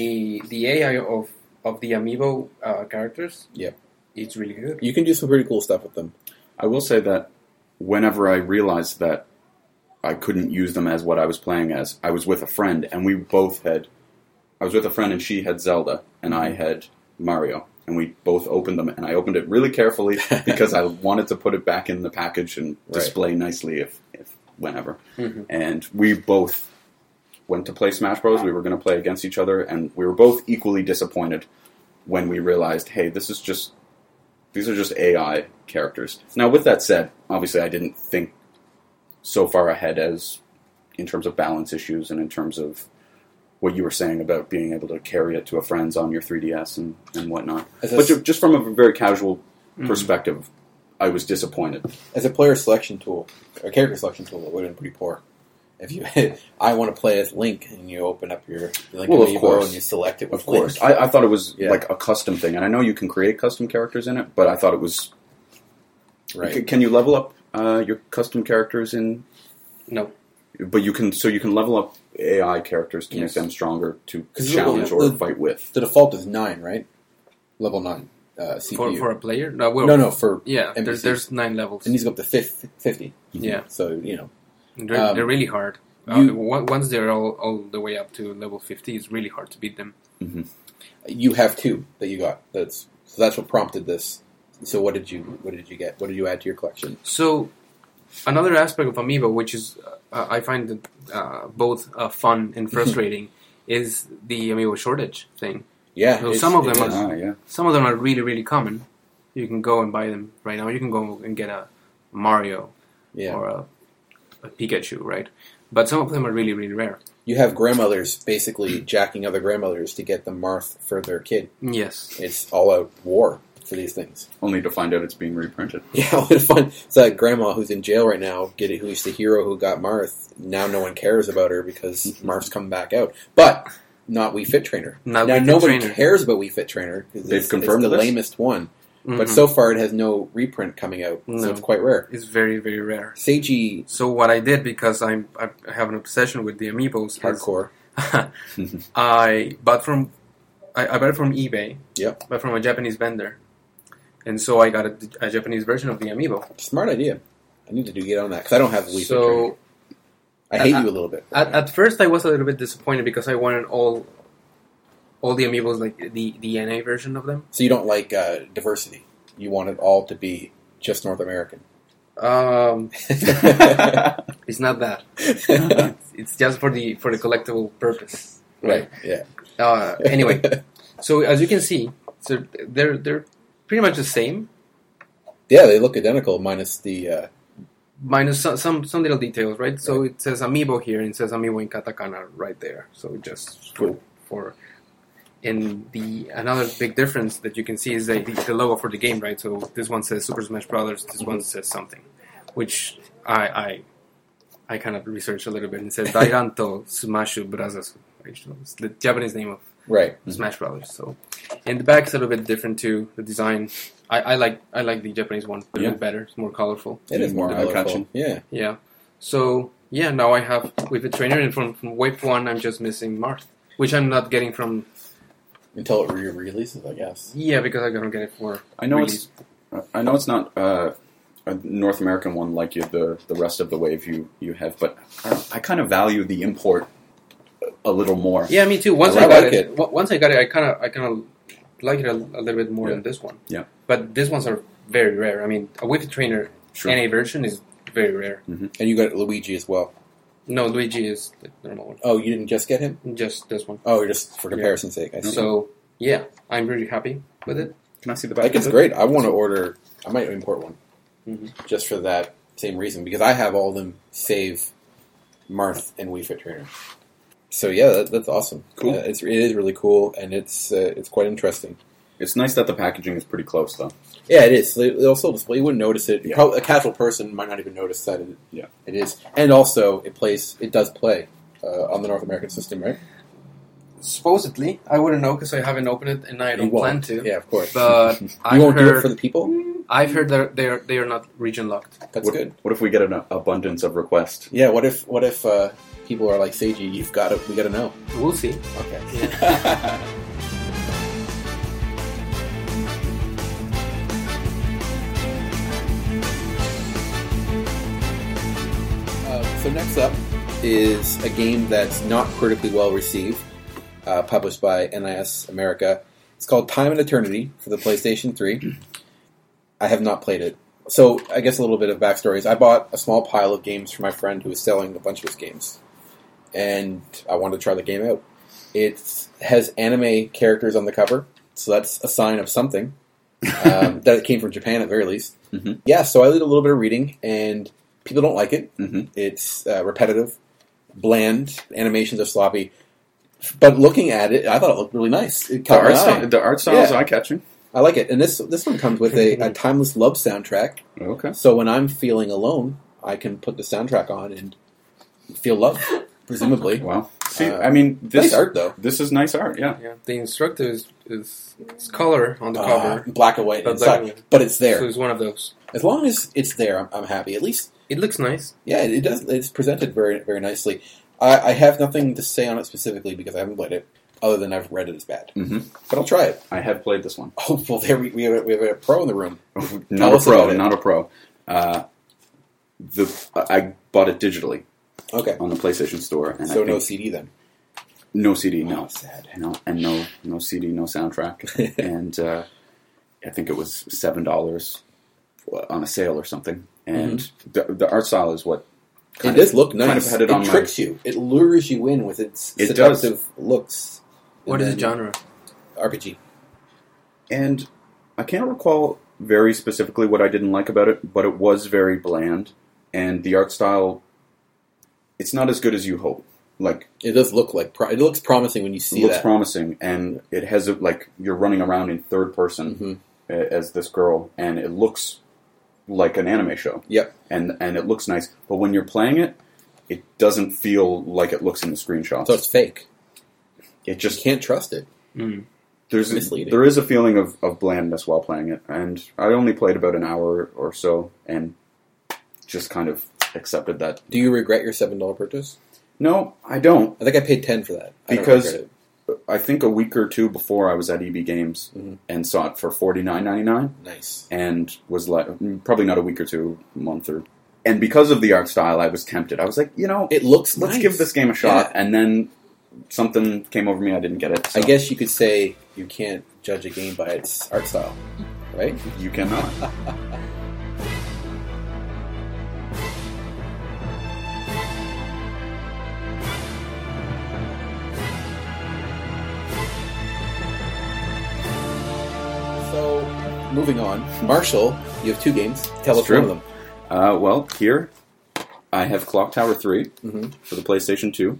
B: the The AI of of the amiibo uh, characters,
A: Yeah.
B: it's really good.
A: you can do some pretty cool stuff with them.
C: I will say that whenever I realized that I couldn't use them as what I was playing as, I was with a friend, and we both had. I was with a friend, and she had Zelda, and I had Mario, and we both opened them, and I opened it really carefully because I wanted to put it back in the package and
A: Right.
C: display nicely if, if whenever.
B: Mhm.
C: And we both went to play Smash Bros. We were going to play against each other, and we were both equally disappointed when we realized, hey, this is just these are just AI characters. Now, with that said, obviously, I didn't think so far ahead as in terms of balance issues and in terms of what you were saying about being able to carry it to a friend's on your 3DS and, and whatnot.
A: As a,
C: But ju- just from a very casual
B: Mhm.
C: perspective, I was disappointed.
A: as a player selection tool, or character selection tool, it would have been pretty poor. If you, [LAUGHS] I want to play as Link, and you open up your Link
C: Well, of
A: amiibo
C: course.
A: and you select it. With
C: Of course,
A: Link.
C: I, I thought it was
A: Yeah.
C: like a custom thing, and I know you can create custom characters in it, but I thought it was. C-
A: right?
C: can you level up uh, your custom characters in?
B: No.
C: But you can, so you can level up AI characters to
A: Yes.
C: make them stronger to
A: 'Cause the-
C: challenge or
A: the-
C: fight with.
A: The default is nine, right? Level nine uh, CPU.
B: For, for a player? No, well,
A: no, no, for
B: Yeah, there's,
A: NPCs.
B: there's nine levels.
A: it needs to go up to fif- fifty.
B: Yeah,
A: So you know,
B: they're,
A: Um,
B: they're really hard. Uh,
A: you-
B: on- once they're all, all the way up to level 50, it's really hard to beat them.
A: you have two that you got. That's so that's what prompted this. So what did you what did you get? What did you add to your collection?
B: So, another aspect of Amiibo, which is uh, I find that, uh, both uh, fun
A: [LAUGHS]
B: and frustrating, is the Amiibo shortage thing.
A: Yeah,
B: Well, some of
A: it
B: them
A: is.
C: Ah, yeah.
B: Some of them are really, really common. You can go and buy them right now. You can go and get a Mario
A: Yeah,
B: or a, a Pikachu, right? But some of them are really, really rare.
A: you have grandmothers basically jacking other grandmothers to get the Marth for their kid.
B: Yes.
A: It's all out war for these things.
C: Only to find out it's being
A: [LAUGHS]
C: reprinted. [LAUGHS]
A: Yeah, it's fun. It's that grandma who's in jail right now, get it, who's the hero who got Marth. Now no one cares about her because Marth's come back out. But not We Fit Trainer.
B: Mm-hmm. Not
A: now
B: We Fit
A: nobody
B: Trainer.
A: cares about We Fit Trainer. 'cause
C: They've
A: it's,
C: confirmed
A: it's the
C: this?
A: lamest one. But
B: Mhm.
A: so far it has no reprint coming out, so
B: No.
A: it's quite rare.
B: it's very, very rare.
A: Seiji
B: So what I did because I'm I have an obsession with the amiibos. is
A: hardcore.
B: [LAUGHS] I bought from I, I bought it from eBay.
A: Yep.
B: But from a Japanese vendor, and so I got a, a Japanese version of the amiibo.
A: Smart idea. I need to do get on that because I don't have We Fit Trainer.
B: so
A: I hate
B: I-
A: you a little bit.
B: at, at first I was a little bit disappointed because I wanted all all the amiibos like the the NA version of them.
A: so you don't like uh, diversity. You want it all to be just North
B: [LAUGHS]
A: American. [LAUGHS]
B: Um,
A: right.
B: it's not that. It's just for the for the collectible purpose.
A: Yeah.
B: Uh, anyway, so as you can see, so they're they're pretty much the same.
A: [LAUGHS] Yeah, they look identical, minus the. Uh,
B: minus some some, some little details, right? So it says amiibo here and it says amiibo in katakana right there. So just for,
A: Cool.
B: for and the another big difference that you can see is that the, the logo for the game, right? So this one says Super Smash Brothers, this one says something, which I I I kind of researched a little bit and says Dairanto Sumashu Brazas, which is the Japanese name of
A: right.
B: Smash Brothers. So, and the back's a little bit different too. The design, I, I like I like the Japanese one a
C: Yeah.
B: bit better. It's more colorful.
A: It is more
C: Eye
A: colorful.
C: catching.
A: Yeah.
B: Yeah. So yeah, now I have with the trainer, and from, from wave one, I'm just missing Marth, which I'm not getting from
A: Until it re releases, I guess.
B: yeah because I don't get it for
C: I know
B: Really?
C: it's. I know it's not uh, a North American one like you the the rest of the wave you you have, but I, I kind of value the import a little more.
B: yeah me too. Once
A: I
B: I, got
A: like
B: it,
A: it.
B: o- once I got it, I kind of I kind of like it a, a little bit more
C: Yeah.
B: than this one.
C: Yeah.
B: But these ones are very rare. I mean, a with trainer
C: Sure.
B: NA version is very rare.
A: And you got Luigi as well.
B: No, Luigi is the normal
A: Oh, you didn't just get him?
B: one, just this one.
A: Oh, just for comparison's sake. I see.
B: So yeah, I'm really happy with it.
C: Can I see the
A: I
C: back?
A: think it's
C: of it?
A: great. I want to order. I might import one.
B: Mhm.
A: Just for that same reason, because I have all them save Marth and Wii Fit Trainer. So yeah, that, that's awesome.
C: Cool.
A: Uh, it's it is really cool, and it's uh, it's quite interesting.
C: It's nice that the packaging is pretty close, though.
A: Yeah, it is. They- They'll still display. You wouldn't notice it.
C: Yeah.
A: Prob- a casual person might not even notice that. It,
C: Yeah.
A: it is. And also, it plays. It does play uh, on the North American system, right?
B: Supposedly, I wouldn't know because I haven't opened it and I
A: You
B: don't
A: won't.
B: plan to.
A: Yeah, of course. [LAUGHS]
B: But
A: you
B: I've
A: won't do it
B: heard
A: for the people.
B: I've heard that they are they are not region locked.
A: That's
C: what,
A: good.
C: What if we get an abundance
A: [LAUGHS]
C: of requests?
A: Yeah. What if? What if uh, people are like Seiji? You've got to. We got to know.
B: We'll see.
A: Okay. [LAUGHS] Uh, so next up is a game that's not critically well received, uh, published by NIS America. It's called Time and Eternity for the PlayStation 3. I have not played it. So I guess a little bit of backstory is I bought a small pile of games for my friend who was selling a bunch of his games, and I wanted to try the game out. It has anime characters on the cover, so that's a sign of something.
C: [LAUGHS]
A: um, that it came from Japan at the very least.
C: Mhm.
A: Yeah, so I did a little bit of reading, and people don't like it.
C: Mhm.
A: It's uh, repetitive, bland, animations are sloppy. But looking at it, I thought it looked really nice. It
C: The
A: caught my
C: art,
A: eye.
C: style, the art style is
A: Yeah.
C: eye catching.
A: I like it. And this this one comes with
C: [LAUGHS]
A: a, a timeless love soundtrack.
C: Okay.
A: So when I'm feeling alone, I can put the soundtrack on and feel
C: [LAUGHS]
A: love, presumably.
C: Wow. See,
A: Uh,
C: I mean, this
A: nice art though.
C: This is nice art. Yeah.
B: Yeah, the instructor is, is, is color on the
A: Uh,
B: cover,
A: black and white
B: But
A: inside,
B: black and-
A: but it's
B: so
A: there.
B: it's one of those.
A: As long as it's there, I'm, I'm happy. At least,
B: It looks nice.
A: yeah, it does. It's presented very, very nicely. I, I have nothing to say on it specifically because I haven't played it, other than I've read it as bad.
C: hmm
A: But I'll try it. [LAUGHS]
C: I have played this one.
A: Oh well, there we, we have a, we have a pro in the room. Tell
C: not a
A: us about
C: pro.
A: it.
C: Not a pro. Uh, the I bought it digitally
A: Okay,
C: on the PlayStation Store, and
A: so
C: I
A: no
C: think
A: CD then.
C: no, CD,
A: Oh,
C: no,
A: sad.
C: no, and no, no CD, no soundtrack, and uh, I think it was seven dollars on a sale or something. And the, the art style is what
A: [LAUGHS] It
C: kind
A: does look
C: kind
A: nice.
C: of had it
A: it
C: on my-
A: tricks you. It lures you in with its
C: It does.
A: seductive looks.
B: What is
A: And
B: the
A: then
B: genre?
A: RPG.
C: and I can't recall very specifically what I didn't like about it, but it was very bland, and the art style. It's not as good as you hope. Like
A: It does look like pro- it looks promising when you
C: it
A: see
C: looks
A: that.
C: promising, and it has a, like you're running around in third person
A: Mhm.
C: a- as this girl, and it looks like an anime show.
A: Yep.
C: and and it looks nice, but when you're playing it, it doesn't feel like it looks in the screenshots.
A: So it's fake.
C: it
A: Just
C: just
A: can't trust it.
B: Mm.
C: there's a,
A: misleading.
C: there is a feeling of, of blandness while playing it, and I only played about an hour or so, and just kind of accepted that.
A: Do you regret your seven dollar purchase? I
C: No, I don't.
A: think I paid ten for that I don't
C: Because-
A: regret it.
C: I think a week or two before I was at EB Games
A: Mhm.
C: and saw it for forty nine ninety nine.
A: nice.
C: and was like probably not a week or two, month or and because of the art style, I was tempted. I was like, you know,
A: It looks.
C: let's
A: nice.
C: give this game a shot. And then something came over me. I didn't get it. so
A: I guess you could say you can't judge a game by its art style, right?
C: you cannot.
A: So, moving on, Marshall, you have two games. Tell us
C: It's
A: one
C: true.
A: of them.
C: Uh, well, here I have Clock Tower 3
A: Mhm.
C: for the PlayStation Two,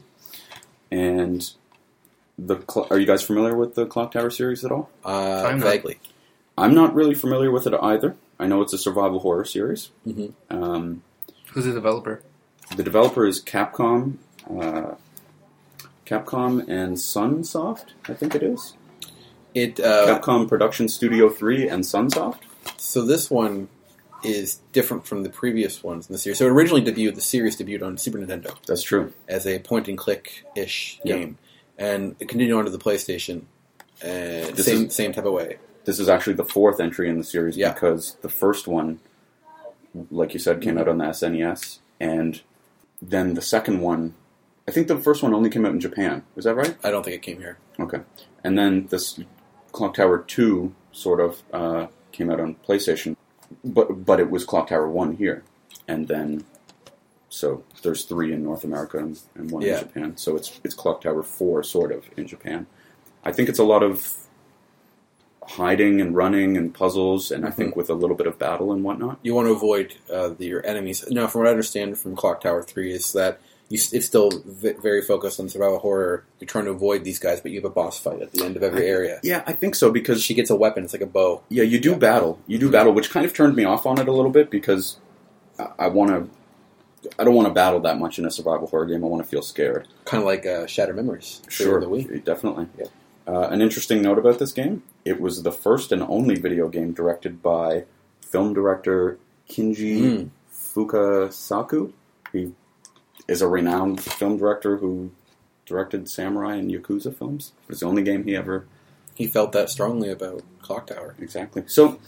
C: and the cl- are you guys familiar with the Clock Tower series at all?
A: Uh,
B: Time Out.
A: vaguely.
C: I'm not really familiar with it either. I know it's a survival horror series.
A: Mhm.
C: Um,
B: Who's the developer?
C: The developer is Capcom, uh, Capcom and Sunsoft, I think it is.
A: It uh,
C: Capcom Production Studio Three and Sunsoft.
A: so this one is different from the previous ones in the series. So it originally debuted the series debuted on Super Nintendo.
C: That's true.
A: as a point and click ish
C: Yeah.
A: game, and it continued on to the PlayStation, and
C: This
A: same
C: is-
A: same type of way.
C: This is actually the fourth entry in the series
A: Yeah.
C: because the first one, like you said, came out on the SNES, and then the second one. I think the first one only came out in Japan. Is that right?
A: I don't think it came here.
C: Okay. And then this Clock Tower Two sort of uh, came out on PlayStation, but but it was Clock Tower One here, and then so there's three in North America and, and one
A: Yeah.
C: in Japan. So it's it's Clock Tower Four sort of in Japan. I think it's a lot of hiding and running and puzzles, and I think with a little bit of battle and whatnot.
A: You want to avoid uh, the, your enemies. Now, from what I understand from Clock Tower Three, is that you, s- it's still v- very focused on survival horror. You're trying to avoid these guys, but you have a boss fight at the end of every area.
C: Yeah, I think so because
A: She gets a weapon. It's like a bow.
C: Yeah, you do
A: Yeah. Mm-hmm.
C: battle. You do battle, which kind of turned me off on it a little bit because I- I want to. I don't want to battle that much in a survival horror game. I want to feel scared.
A: Kind of like uh, Shatter Memories. they were in The Wii.
C: definitely.
A: Yeah.
C: Uh, an interesting note about this game: it was the first and only video game directed by film director
A: Mm.
C: Kinji Fukasaku. He is a renowned film director who directed samurai and yakuza films. It's the only game he ever
A: He felt that strongly about Clock Tower.
C: Exactly. So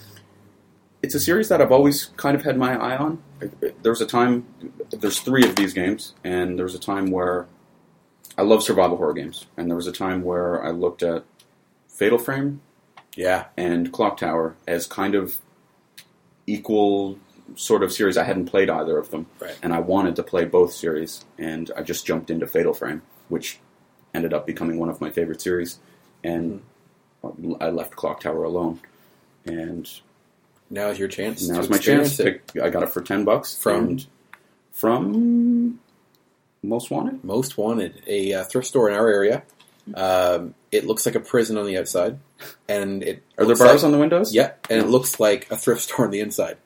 C: it's a series that I've always kind of had my eye on. There was a time, there's three of these games, and there was a time where I love survival horror games, and there was a time where I looked at Fatal Frame
A: Yeah,
C: and Clock Tower as kind of equal sort of series. I hadn't played either of them,
A: Right.
C: and I wanted to play both series, and I just jumped into Fatal Frame, which ended up becoming one of my favorite series, and I left Clock Tower alone. And
A: now is your chance.
C: now's
A: to
C: my chance.
A: experience It.
C: Pick, I got it for ten bucks
A: From?
C: and- from Most Wanted.
A: Most Wanted, a uh, thrift store in our area. Um, it looks like a prison on the outside, and it
C: Are there
A: looks
C: bars
A: like,
C: on the windows?
A: Yeah, and it looks like a thrift store on the inside.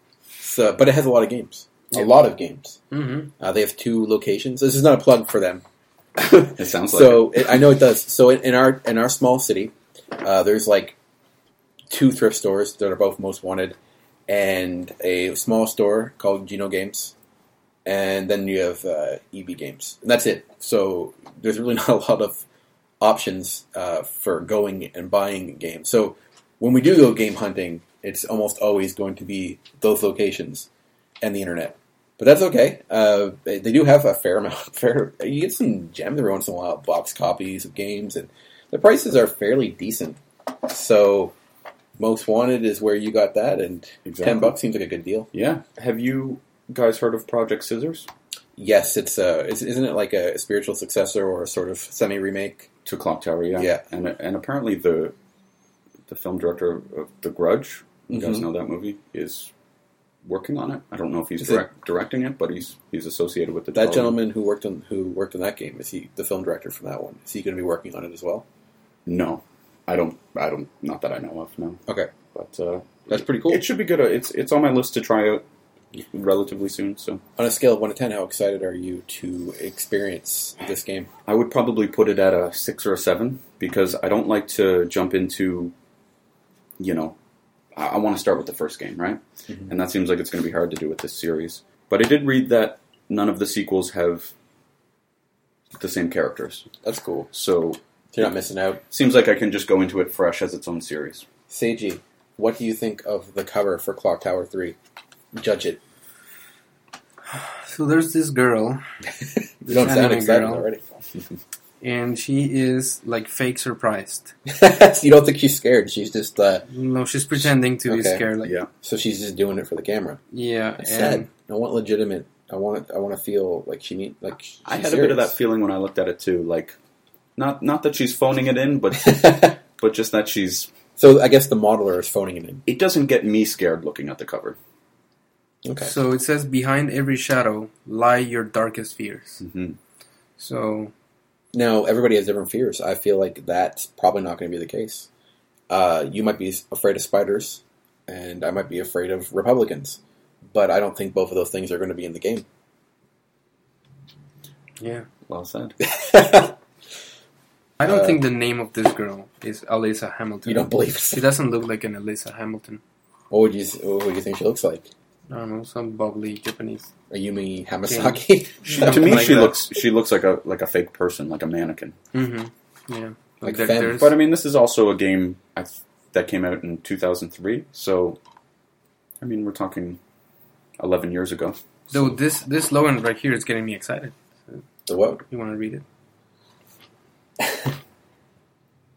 A: So, but it has a lot of games,
B: Yeah.
A: a lot of games.
B: Mm-hmm.
A: Uh, they have two locations. This is not a plug for them.
C: [LAUGHS] it sounds like. it.
A: So it, I know it does. So in, in our in our small city, uh, there's like two thrift stores that are both most wanted, and a small store called Geno Games, and then you have uh, EB Games. And that's it. So there's really [LAUGHS] not a lot of options uh, for going and buying games. So when we do go game hunting, it's almost always going to be those locations and the internet. But that's okay. Uh, they they do have a fair [LAUGHS] amount. Fair, you get some gems every once in a while, box copies of games, and the prices are fairly decent. So, most wanted is where you got that, and
C: Exactly.
A: ten bucks seems like a good deal.
C: Yeah. Have you guys heard of Project Scissors?
A: Yes, it's uh, it's, isn't it like a spiritual successor or a sort of semi remake?
C: To Clock Tower, yeah.
A: Yeah.
C: And and apparently the the film director of The Grudge, you guys
A: Mhm.
C: know that movie, is working on it. I don't know if he's
A: Is it-
C: direct, directing it, but he's he's associated with the
A: That
C: development.
A: gentleman who worked on who worked on that game is he the film director from that one? Is he going to be working on it as well?
C: No, I don't. I don't. Not that I know of. No.
A: Okay.
C: But uh,
A: That's pretty cool.
C: It should be good. Uh, It's it's on my list to try out relatively soon. So
A: On a scale of one to ten, how excited are you to experience this game?
C: I would probably put it at a six or a seven because I don't like to jump into, you know, I, I want to start with the first game, right?
A: Mhm.
C: And that seems like it's going to be hard to do with this series. But I did read that none of the sequels have the same characters,
A: That's cool.
C: so
A: You're not missing out.
C: seems like I can just go into it fresh as its own series.
A: Seiji, what do you think of the cover for Clock Tower 3? Judge
C: [LAUGHS]
A: it.
B: So there's this girl,
A: You don't
B: Anime
A: sound excited
B: girl.
A: already. [LAUGHS]
B: and she is like fake surprised.
A: you don't think she's scared. She's just, uh,
B: No, she's pretending to be
A: Okay.
B: scared. Like, yeah,
C: yeah,
A: so she's just doing it for the camera.
B: and
A: It's sad. I want legitimate. I want it, I want to feel like she need like she's
C: I had a bit of that
A: serious.
C: feeling when I looked at it too. Like, not not that she's phoning it in, but [LAUGHS] but just that she's.
A: [LAUGHS] so I guess the modeler is phoning it in.
C: It doesn't get me scared looking at the cover.
A: Okay.
B: so it says behind every shadow lie your darkest fears.
C: Mhm.
B: So
A: Now everybody has different fears. I feel like that's probably not going to be the case. Uh, you might be afraid of spiders, and I might be afraid of Republicans, but I don't think both of those things are going to be in the game. [LAUGHS]
B: yeah,
C: Well said.
B: I don't
A: Uh,
B: think the name of this girl is Alyssa Hamilton.
A: you don't believe it. [LAUGHS]
B: She doesn't look like an Alyssa Hamilton.
A: What would you What would you think she looks like?
B: I don't know, some bubbly Japanese.
A: A Yumi Hamasaki? [LAUGHS]
B: Yeah.
C: to me,
B: Like
C: she
B: that.
C: looks she looks like a like a fake person, like a mannequin.
B: Mm-hmm. Yeah,
A: Like
B: there-
A: Femme.
C: But I mean, this is also a game I th- that came out in 2003. So, I mean, we're talking 11 years ago.
B: Though this this slogan right here is getting me excited.
A: the what?
B: You want to read it?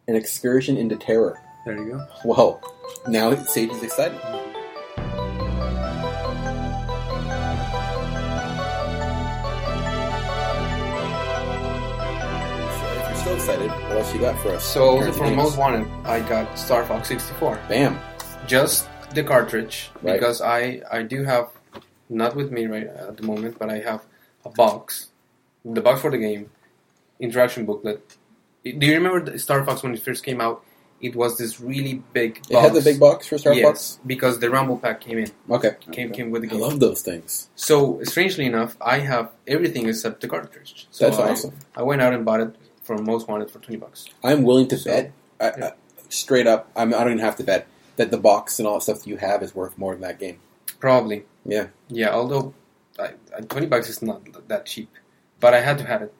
A: An excursion into terror.
B: There you go.
A: Whoa! Now Sage is excited. So if you're still excited, what else you got for us?
B: So
A: Turns
B: for
A: games.
B: most wanted, I got Star Fox 64.
A: bam.
B: Just the cartridge
A: Right.
B: because I I do have not with me right at the moment, but I have a box, the box for the game, interaction booklet. Do you remember the Star Fox when it first came out? It was this really big. Box.
A: It had the big box for Star
B: yes,
A: Fox.
B: because the Rumble Pack came in,
A: Okay,
B: came came with the
A: I
B: game.
A: love those things.
B: So strangely enough, I have everything except the cartridge. So
A: That's
B: I,
A: awesome.
B: I went out and bought it from Most Wanted for twenty bucks.
A: I'm willing to
B: So-
A: bet, I,
B: Yeah.
A: I, straight up, I'm, I don't even have to bet that the box and all that stuff that you have is worth more than that game.
B: Probably.
A: Yeah.
B: Yeah. Although, I, I, twenty bucks is not th- that cheap, but I had to have it.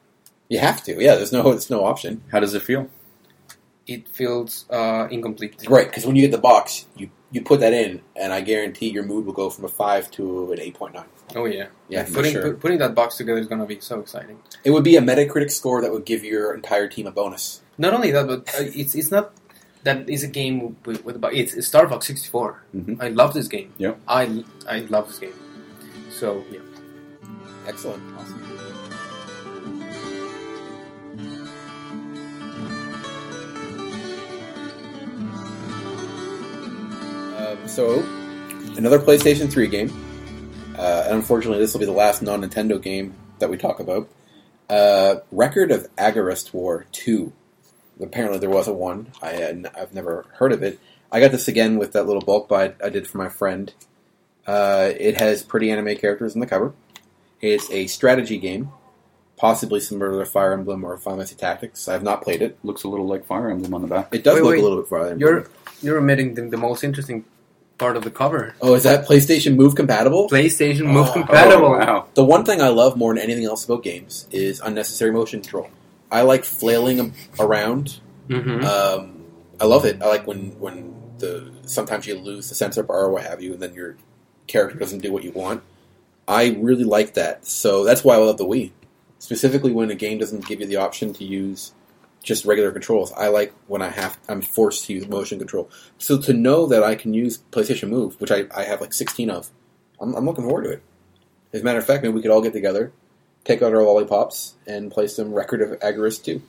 A: You have to. Yeah, there's no there's no option.
C: How does it feel?
B: It feels uh, incomplete.
A: Right, because when you get the box, you you put that in, and I guarantee your mood will go from a five to an eight point nine.
B: Oh yeah.
A: Yeah, for
B: Putting
A: sure.
B: put, putting that box together is gonna be so exciting.
A: it would be a Metacritic score that would give your entire team a bonus.
B: Not only that, but uh, it's it's not that it's a game with, with but it's, it's Star Fox sixty four.
A: Mm-hmm.
C: Mhm.
B: I love this game.
C: Yeah.
B: I I love this game. So yeah.
A: Excellent. Awesome. Um, so, another PlayStation 3 game. Uh, and unfortunately, this will be the last non Nintendo game that we talk about. Uh, Record of Agarist War 2. apparently there was a one. I had, I've never heard of it. I got this again with that little bulk buy I did for my friend. Uh, it has pretty anime characters in the cover. It's a strategy game, possibly similar to Fire Emblem or Final Fantasy Tactics. I have not played it.
C: Looks a little like Fire Emblem on the
A: [LAUGHS]
C: back.
A: It does
B: Wait,
A: look
B: wait.
A: a little bit farther.
B: You're you're omitting the, the most interesting part of the cover.
A: oh, is that PlayStation Move compatible?
B: PlayStation
A: Oh.
B: Move
A: Oh,
B: compatible.
C: Oh, wow.
A: The one thing I love more than anything else about games is unnecessary motion control. I like flailing am- around.
B: hmm
A: Um, I love it. I like when when the sometimes you lose the sensor bar or what have you, and then your character doesn't do what you want. I really like that. So that's why I love the Wii, specifically when a game doesn't give you the option to use just regular controls. I like when I have I'm forced to use motion control. So to know that I can use PlayStation Move, which I, I have like 16 of, I'm, I'm looking forward to it. As a matter of fact, maybe we could all get together, take out our lollipops, and play some Record of Agarist 2.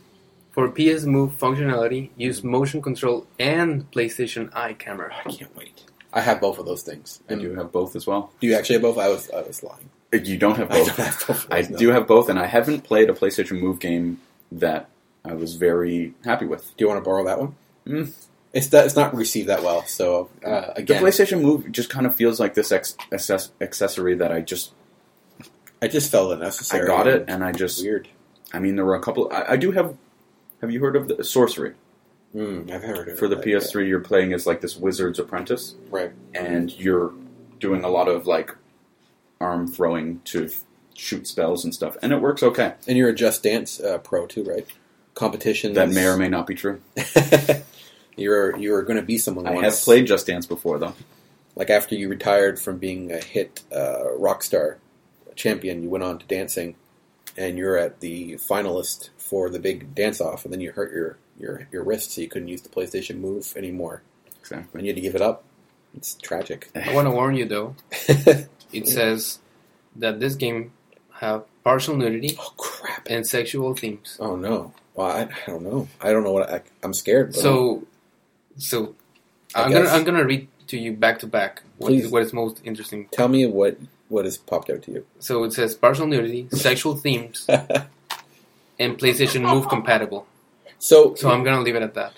B: For PS Move functionality, use motion control and PlayStation Eye camera.
A: I can't wait. I have both of those things.
C: I
A: And
C: do have both as well. Uh,
A: do you actually have both? I was I was lying.
C: You don't
A: [LAUGHS]
C: have
A: I don't
C: both.
A: have both. of
C: I
A: those, no.
C: do have both, and I haven't played a PlayStation Move game that I was very happy with.
A: Do you want to borrow that one?
C: Mm.
A: It's that it's not received that well. So uh, again,
C: The PlayStation Move just kind of feels like this ex- access- accessory that I just
A: I just felt
C: I
A: unnecessary.
C: got it, and I just
A: weird.
C: I mean there were a couple. I, I do have. Have you heard of the sorcery
A: Mm, I've heard of it
C: for the
A: like
C: PS3? You're playing as like this wizard's apprentice,
A: that. right?
C: and you're doing a lot of like arm throwing to f- shoot spells and stuff, and it works okay.
A: And you're a Just Dance uh, pro too, right? Competition
C: That may or may not be true.
A: [LAUGHS] you're you're going to be someone.
C: I
A: once.
C: have played Just Dance before, though.
A: like after you retired from being a hit uh, rock star champion, you went on to dancing, and you're at the finalist for the big dance off, and then you hurt your your your wrist, so you couldn't use the PlayStation Move anymore,
C: Exactly.
A: and you had to give it up. It's tragic. [LAUGHS]
B: I
C: [LAUGHS]
B: want to warn you though.
A: oh
B: It says that this game have partial nudity
A: crap!
B: and sexual themes.
A: Oh no! Well, I, I don't know. I don't know what I, I'm
B: Oh.
A: scared. But
B: So, so
A: I
B: I'm gonna
A: guess.
B: I'm gonna read to you back to back what
A: Please.
B: is, what is most interesting.
A: tell me what what has popped out to you. [LAUGHS]
B: So it says partial nudity, sexual themes, and PlayStation Move compatible.
A: so
B: So
A: [LAUGHS]
B: I'm gonna leave it at that.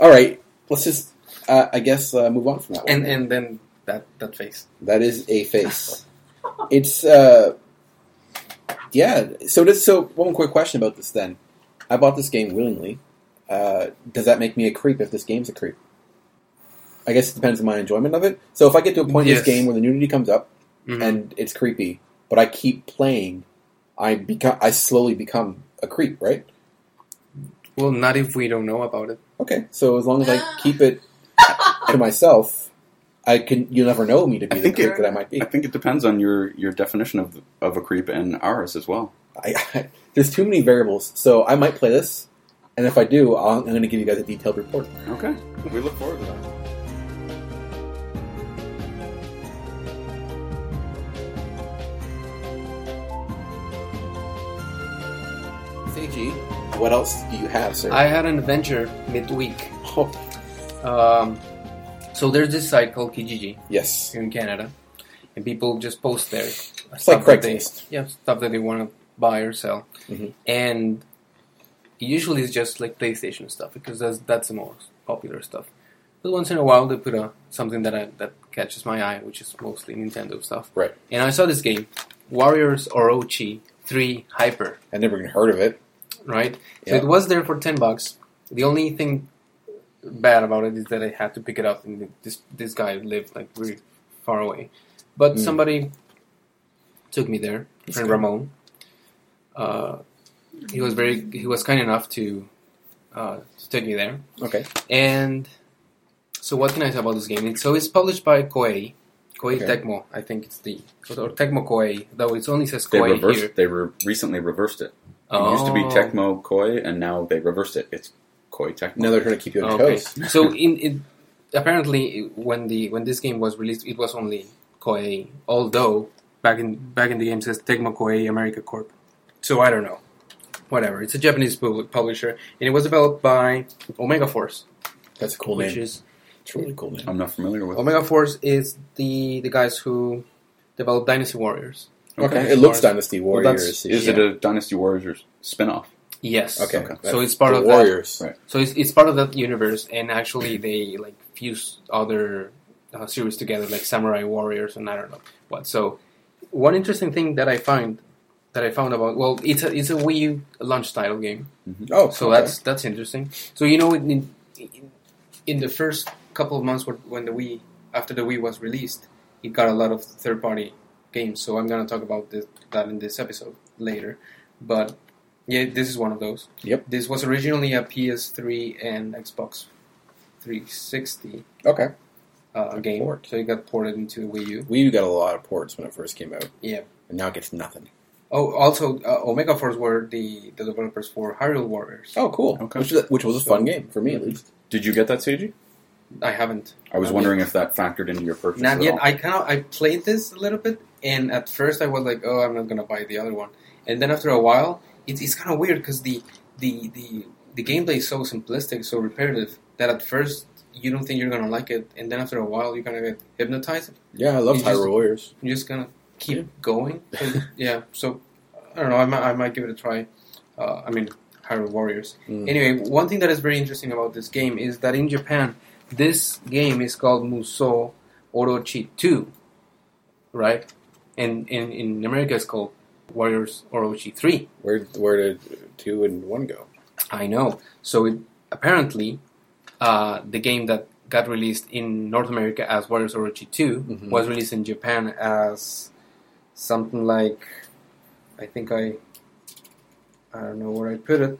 A: all right, let's just uh, I guess uh, move on from that one.
B: And and then that that face.
A: That is a face. it's uh yeah. So does so one quick question about this then. I bought this game willingly. Uh, does that make me a creep if this game's a creep? I guess it depends on my enjoyment of it. So if I get to a point in
B: Yes.
A: this game where the nudity comes up
C: Mm-hmm.
B: Mhm.
A: and it's creepy, but I keep playing, I become I slowly become a creep, right?
B: well, not if we don't know about it.
A: Okay. So as long as I keep it to myself, I can you'll never know me to be
C: I
A: the
C: think
A: creep
C: it-
A: that I might be.
C: I think it depends on your, your definition of of a creep and ours as well.
A: I, I, there's too many variables, so I might play this, and if I do, I'll, I'm going to give you guys a detailed report.
C: Okay, we look forward to that.
A: Seiji, what else do you have, sir?
B: I had an adventure midweek.
A: oh,
B: Um, so there's this site called Kijiji
A: yes,
B: in Canada, and people just post there.
A: it's like
B: that they-
A: Craigslist.
B: yeah, stuff that they want to buy or sell,
A: Mhm.
B: and usually it's just like PlayStation stuff because that's that's the most popular stuff. But once in a while they put a, something that I, that catches my eye, which is mostly Nintendo stuff.
A: Right.
B: And I saw this game, Warriors Orochi Three Hyper
A: I never even heard of it.
B: right? So
A: Yeah.
B: it was there for ten bucks. The only thing bad about it is that I had to pick it up, and th- this this guy lived like really far away.
C: Hmm.
B: But
A: Mm.
B: somebody took me there,
A: That's
B: friend
A: good.
B: Ramon. Uh, he was very he was kind enough to uh, to take me there,
A: Okay,
B: and so what can I say about this game? It's, so it's published by Koei. Koei
A: Okay.
B: Tecmo, I think it's the or Tecmo Koei, though it only says
C: They
B: Koei
C: reversed.
B: here.
C: They re- recently reversed it. It used to be
B: Oh.
C: Tecmo Koi, and now they reversed it. It's Koi Tecmo.
A: now they're trying to keep you on your
B: Okay.
A: toes.
B: so in it, apparently when the when this game was released, it was only Koei. Although back in back in the game it says Tecmo Koei America Corp. So I don't know. Whatever. It's a Japanese pub- publisher, and it was developed by Omega Force,
A: That's a cool
B: which
A: name.
B: is
A: It's a really cool name.
C: I'm not familiar with.
B: Omega Force is the the guys who developed Dynasty Warriors.
A: Okay, it looks Dynasty
B: that's-
A: Warriors.
C: Is it a Dynasty Warriors spinoff?
B: Yes.
A: Okay,
C: Okay.
A: that's
B: So it's part
A: the
B: of that-
A: Warriors.
C: Right.
B: So it's, it's part of that universe, and actually they like fuse other uh, series together, like Samurai Warriors and I don't know what. So one interesting thing that I find that I found about well, it's a it's a Wii U launch title game,
A: Oh,
B: so
A: okay.
B: that's that's interesting. So you know, in, in, in the first couple of months when- when the Wii after the Wii was released, it got a lot of third party games. So I'm gonna talk about this, that in this episode later, but yeah, this is one of those.
A: Yep.
B: This was originally a PS3 and Xbox 360
A: okay.
B: uh, game,
A: port.
B: so it got ported into Wii U.
A: We got a lot of ports when it first came out.
B: Yeah.
A: and now it gets nothing.
B: Oh, also uh, Omega Force were the, the developers for Hyrule Warriors.
A: Oh, cool.
C: Okay.
A: Which, is- which was a fun game for me at least.
C: Did you get that, Seiji?
B: I haven't
C: I was
B: Not
C: wondering if that factored into your purchase.
B: Not
C: at
B: yet.
C: all.
B: I kind of I played this a little bit, and at first I was like, "Oh, I'm not gonna buy the other one." And then after a while, it's it's kind of weird because the the the the gameplay is so simplistic, so repetitive that at first you don't think you're gonna like it, and then after a while you kind of get hypnotized.
A: Yeah, I love
B: You just-
A: Hyrule Warriors.
B: You're just gonna keep
A: Yeah.
B: going. [LAUGHS] And, yeah. So I don't know. I might I might give it a try. Uh, I mean, Hyrule Warriors.
A: Mm.
B: Anyway, one thing that is very interesting about this game is that in Japan, this game is called Musou Orochi 2, right? And in, in America, it's called Warriors Orochi 3.
A: Where where did two and one go?
B: I know. So it, apparently, uh, the game that got released in North America as Warriors Orochi 2
A: Mhm.
B: was released in Japan as something like, I think I, I don't know where I put it,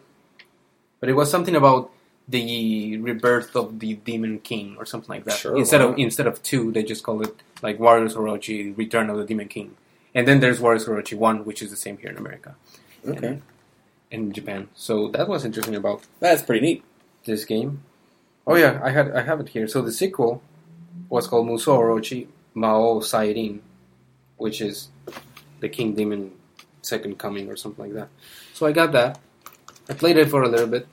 B: but it was something about the rebirth of the Demon King or something like that.
A: Sure,
B: instead
A: why
B: of
A: not?
B: instead of two, they just call it like Warriors Orochi Return of the Demon King, and then there's Warriors Orochi One, which is the same here in America
A: Okay,
B: in Japan. So that was interesting about
A: that's pretty neat.
B: this game. Oh yeah, I had I have it here. So the sequel was called Musou Orochi Mao Sairin, which is the King Demon Second Coming or something like that. So I got that. I played it for a little bit.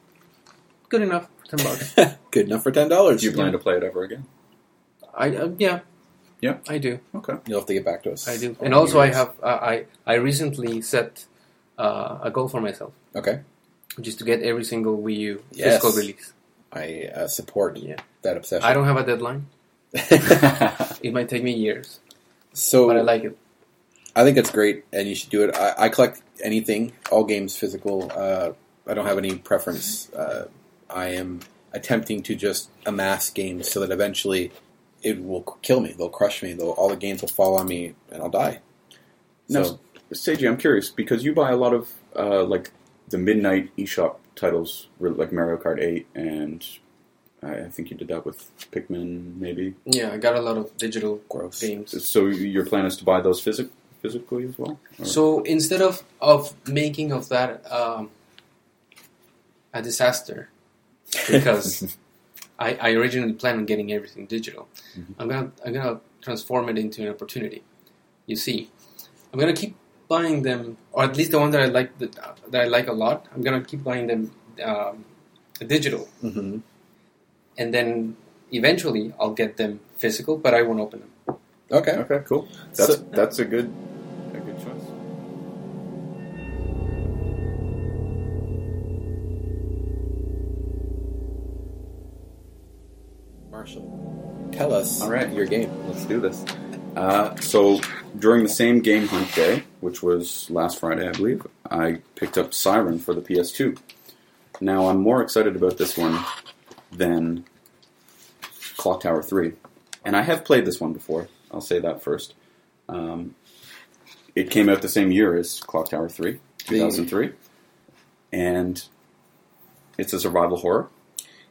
B: Good enough, ten bucks.
A: [LAUGHS] Good enough for ten dollars.
C: Do you plan to play it ever again?
B: I uh, yeah.
C: Yeah.
B: I do.
C: Okay.
A: You'll have to get back to us.
B: I do.
A: over
B: And
A: the
B: also, I
A: years.
B: have uh, I I recently set uh, a goal for myself,
A: Okay,
B: which is to get every single Wii U
A: Yes.
B: physical release.
A: I uh, support
B: Yeah.
A: that obsession.
B: I don't have a deadline.
C: [LAUGHS]
B: It might take me years,
A: [LAUGHS] so
B: but I like it.
A: I think that's great, and you should do it. I, I collect anything, all games physical. Uh, I don't have any preference. Uh, I am attempting to just amass games so that eventually it will kill me. They'll crush me. They'll, all the games will fall on me, and I'll die.
C: Now,
A: So-
C: [LAUGHS] Seiji, I'm curious because you buy a lot of uh, like the midnight eShop titles, re- like Mario Kart 8, and I I think you did that with Pikmin, maybe.
B: Yeah, I got a lot of digital
A: Gross.
B: games.
C: So your plan is to buy those physic- physically as well? Or-
B: So instead of of making of that um, a disaster,
A: [LAUGHS]
B: [LAUGHS] because I, I originally planned on getting everything digital, I'm gonna I'm gonna transform it into an opportunity. You see, I'm gonna keep buying them, or at least the one that I like that, that I like a lot. I'm gonna keep buying them um, digital,
A: hmm
B: and then eventually I'll get them physical, but I won't open them.
A: Okay.
C: okay, cool. That's
A: So-
C: that's a good a good choice.
A: Marshall, tell us
C: All right.
A: your game.
C: Let's do this. Uh, so during the same game hunt day, which was last Friday, I believe, I picked up Siren for the PS2. Now I'm more excited about this one than Clock Tower 3, and I have played this one before. I'll say that first. Um, it came out the same year as Clock Tower 3, 2003, and it's a survival horror.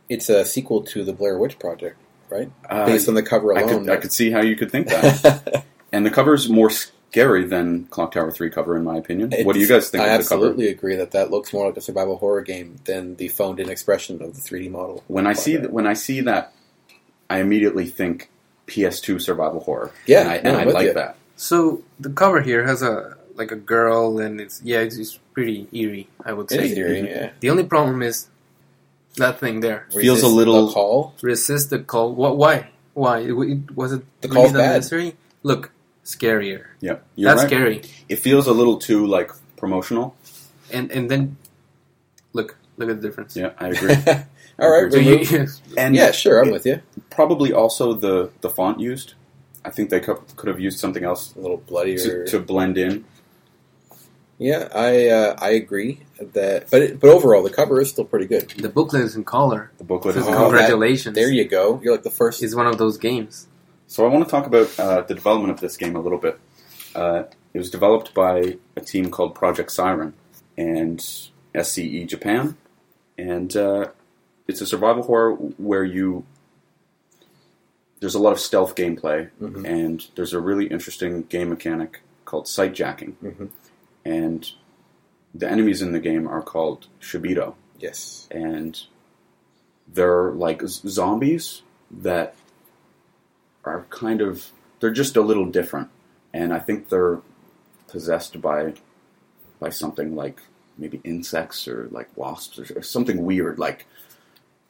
A: It's a sequel to the Blair Witch Project, right?
C: Uh,
A: Based on the cover
C: I
A: alone.
C: could, I could see how you
A: [LAUGHS]
C: could think that. And the cover's more scary than Clock Tower 3 cover, in my opinion. what do you guys think
A: I
C: of the cover?
A: absolutely agree that that looks more like a survival horror game than the phoned-in expression of the 3D model.
C: When I see th- when I see that, I immediately think PS2 survival horror.
A: Yeah,
C: and I,
A: no,
C: and I
A: I'm with
C: like
A: you.
C: that.
B: So the cover here has a like a girl, and it's yeah, it's, it's pretty eerie. I would
A: It
B: say.
A: is eerie, yeah.
B: The only problem is that thing there.
C: Feels a
A: Resist
C: little-
A: the
C: [LAUGHS]
A: call.
B: Resist the call. What? Why? Why? It, it, was it
A: The
B: really
A: call's
B: that
A: bad.
B: necessary? Look, scarier.
C: Yeah, you're
B: That's
C: right.
B: scary.
C: It feels a little too like promotional.
B: And and then Look at the difference.
C: Yeah, [LAUGHS] I agree.
A: [LAUGHS] All right,
B: So you, [LAUGHS]
A: remove-
C: and
A: yeah, sure, I'm
C: it-
A: with you.
C: probably also the the font used. I think they co- could have used something else
A: A little bloodier.
C: to, to blend in.
A: Yeah, I uh, I agree that, but it, but overall the cover is still pretty good.
B: the booklet is in color.
C: The booklet
B: Says
C: is
A: Oh,
C: covered.
B: congratulations.
A: There you go. You're like the first.
B: It's one of those games.
C: So I want to talk about uh, the development of this game a little bit. Uh, it was developed by a team called Project Siren and SCE Japan, and uh, it's a survival horror where you there's a lot of stealth gameplay,
A: Mhm.
C: and there's a really interesting game mechanic called sight jacking,
A: Mhm.
C: and the enemies in the game are called Shibito
A: Yes.
C: and they're like z- zombies that are kind of they're just a little different and i think they're possessed by by something like maybe insects or like wasps or, or something weird like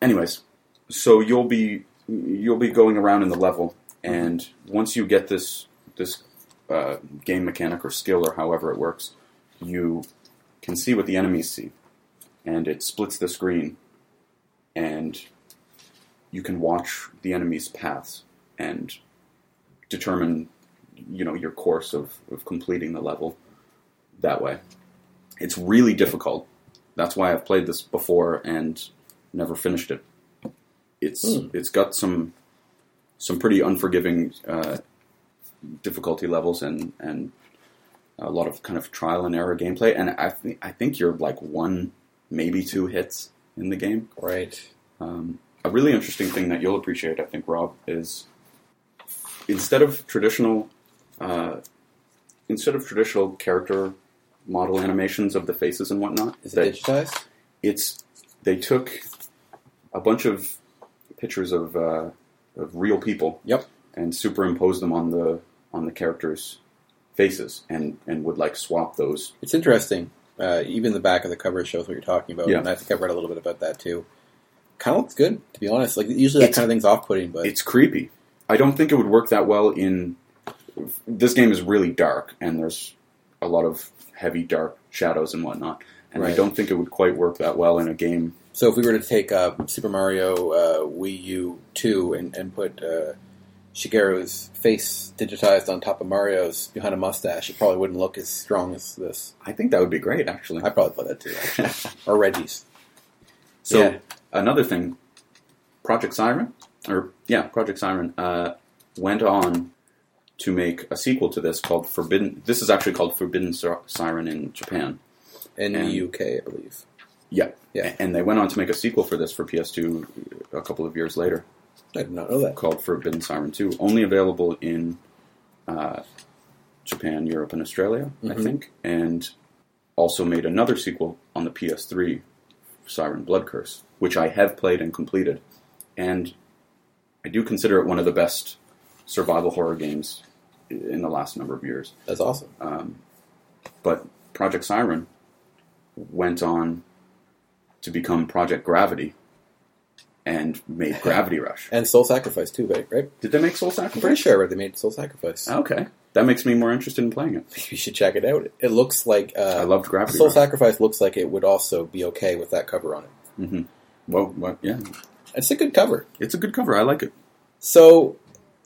C: anyways so you'll be you'll be going around in the level and once you get this this uh, game mechanic or skill or however it works you can see what the enemies see and it splits the screen and you can watch the enemy's paths and determine you know your course of, of completing the level that way it's really difficult that's why i've played this before and never finished it it's
A: Hmm.
C: it's got some some pretty unforgiving uh, difficulty levels and and a lot of kind of trial and error gameplay and i think i think you're like one maybe two hits in the game
A: Right.
C: um, a really interesting thing that you'll appreciate, I think, Rob, is instead of traditional, uh, instead of traditional character model animations of the faces and whatnot,
A: Is
C: they-
A: it digitized?
C: it's they took a bunch of pictures of uh, of real people,
A: Yep.
C: and superimposed them on the on the characters' faces, and and would like swap those
A: It's interesting. Uh, even the back of the cover shows what you're talking about,
C: Yeah.
A: and I think I've read a little bit about that too. Kind of looks good, to be honest. Like usually that
C: It's-
A: kind of thing's off-putting, but
C: it's creepy. I don't think it would work that well in. This game is really dark, and there's a lot of heavy, dark shadows and whatnot. And I
A: Right.
C: don't think it would quite work that well in a game.
A: So if we were to take uh, Super Mario uh, Wii U 2 and, and put uh, Shigeru's face digitized on top of Mario's behind a mustache, it probably wouldn't look as strong as this.
C: I think that would be great, [LAUGHS] actually.
A: I probably play that too. actually. or Reggie's.
C: So
A: Yeah.
C: another thing, Project Siren, or yeah, Project Siren, uh, went on to make a sequel to this called Forbidden. This is actually called Forbidden Sir- Siren in Japan.
A: In
C: And-
A: the UK, E I believe.
C: Yeah,
A: Yeah.
C: And they went on to make a sequel for this for PS2 a couple of years later.
A: I did not know that.
C: called Forbidden Siren 2, only available in uh, Japan, Europe, and Australia, I
A: Mhm.
C: think, and also made another sequel on the PS3, Siren Blood Curse, which I have played and completed, and I do consider it one of the best survival horror games i- in the last number of years.
A: That's awesome.
C: Um, but Project Siren went on to become Project Gravity and made Gravity Rush.
A: And Soul Sacrifice too, right? right?
C: Did they make Soul
A: I'm
C: Sacrifice?
A: pretty sure I read they made Soul Sacrifice.
C: Okay, that makes me more interested in playing it.
A: [LAUGHS] You should check it out. It looks like
C: I
A: uh,
C: loved Gravity.
A: Soul
C: Rush.
A: Sacrifice looks like it would also be okay with that cover on it.
C: Well, what? Yeah,
A: It's a good cover.
C: it's a good cover. I like it.
A: So,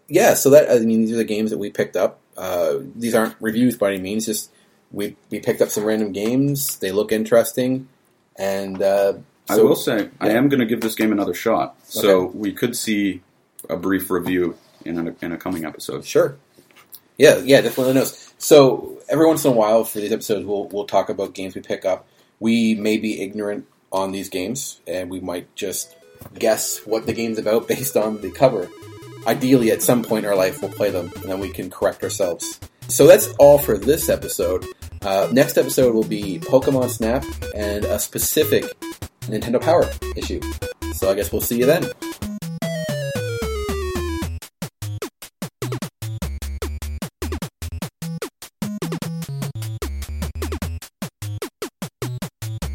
A: yeah, so that I mean, these are the games that we picked up. Uh, these aren't reviews by any means. Just we we picked up some random games. They look interesting, and uh,
C: I
A: so
C: will say, I am going to give this game another shot. So we could see a brief review in a, in a coming episode.
A: sure. Yeah, yeah, definitely knows. So every once in a while for these episodes, we'll we'll talk about games we pick up. We may be ignorant on these games, and we might just guess what the game's about [LAUGHS] based on the cover. Ideally, at some point in our life, we'll play them, and then we can correct ourselves. So that's all for this episode. Uh, next episode will be Pokemon Snap and a specific Nintendo Power issue. So I guess we'll see you then.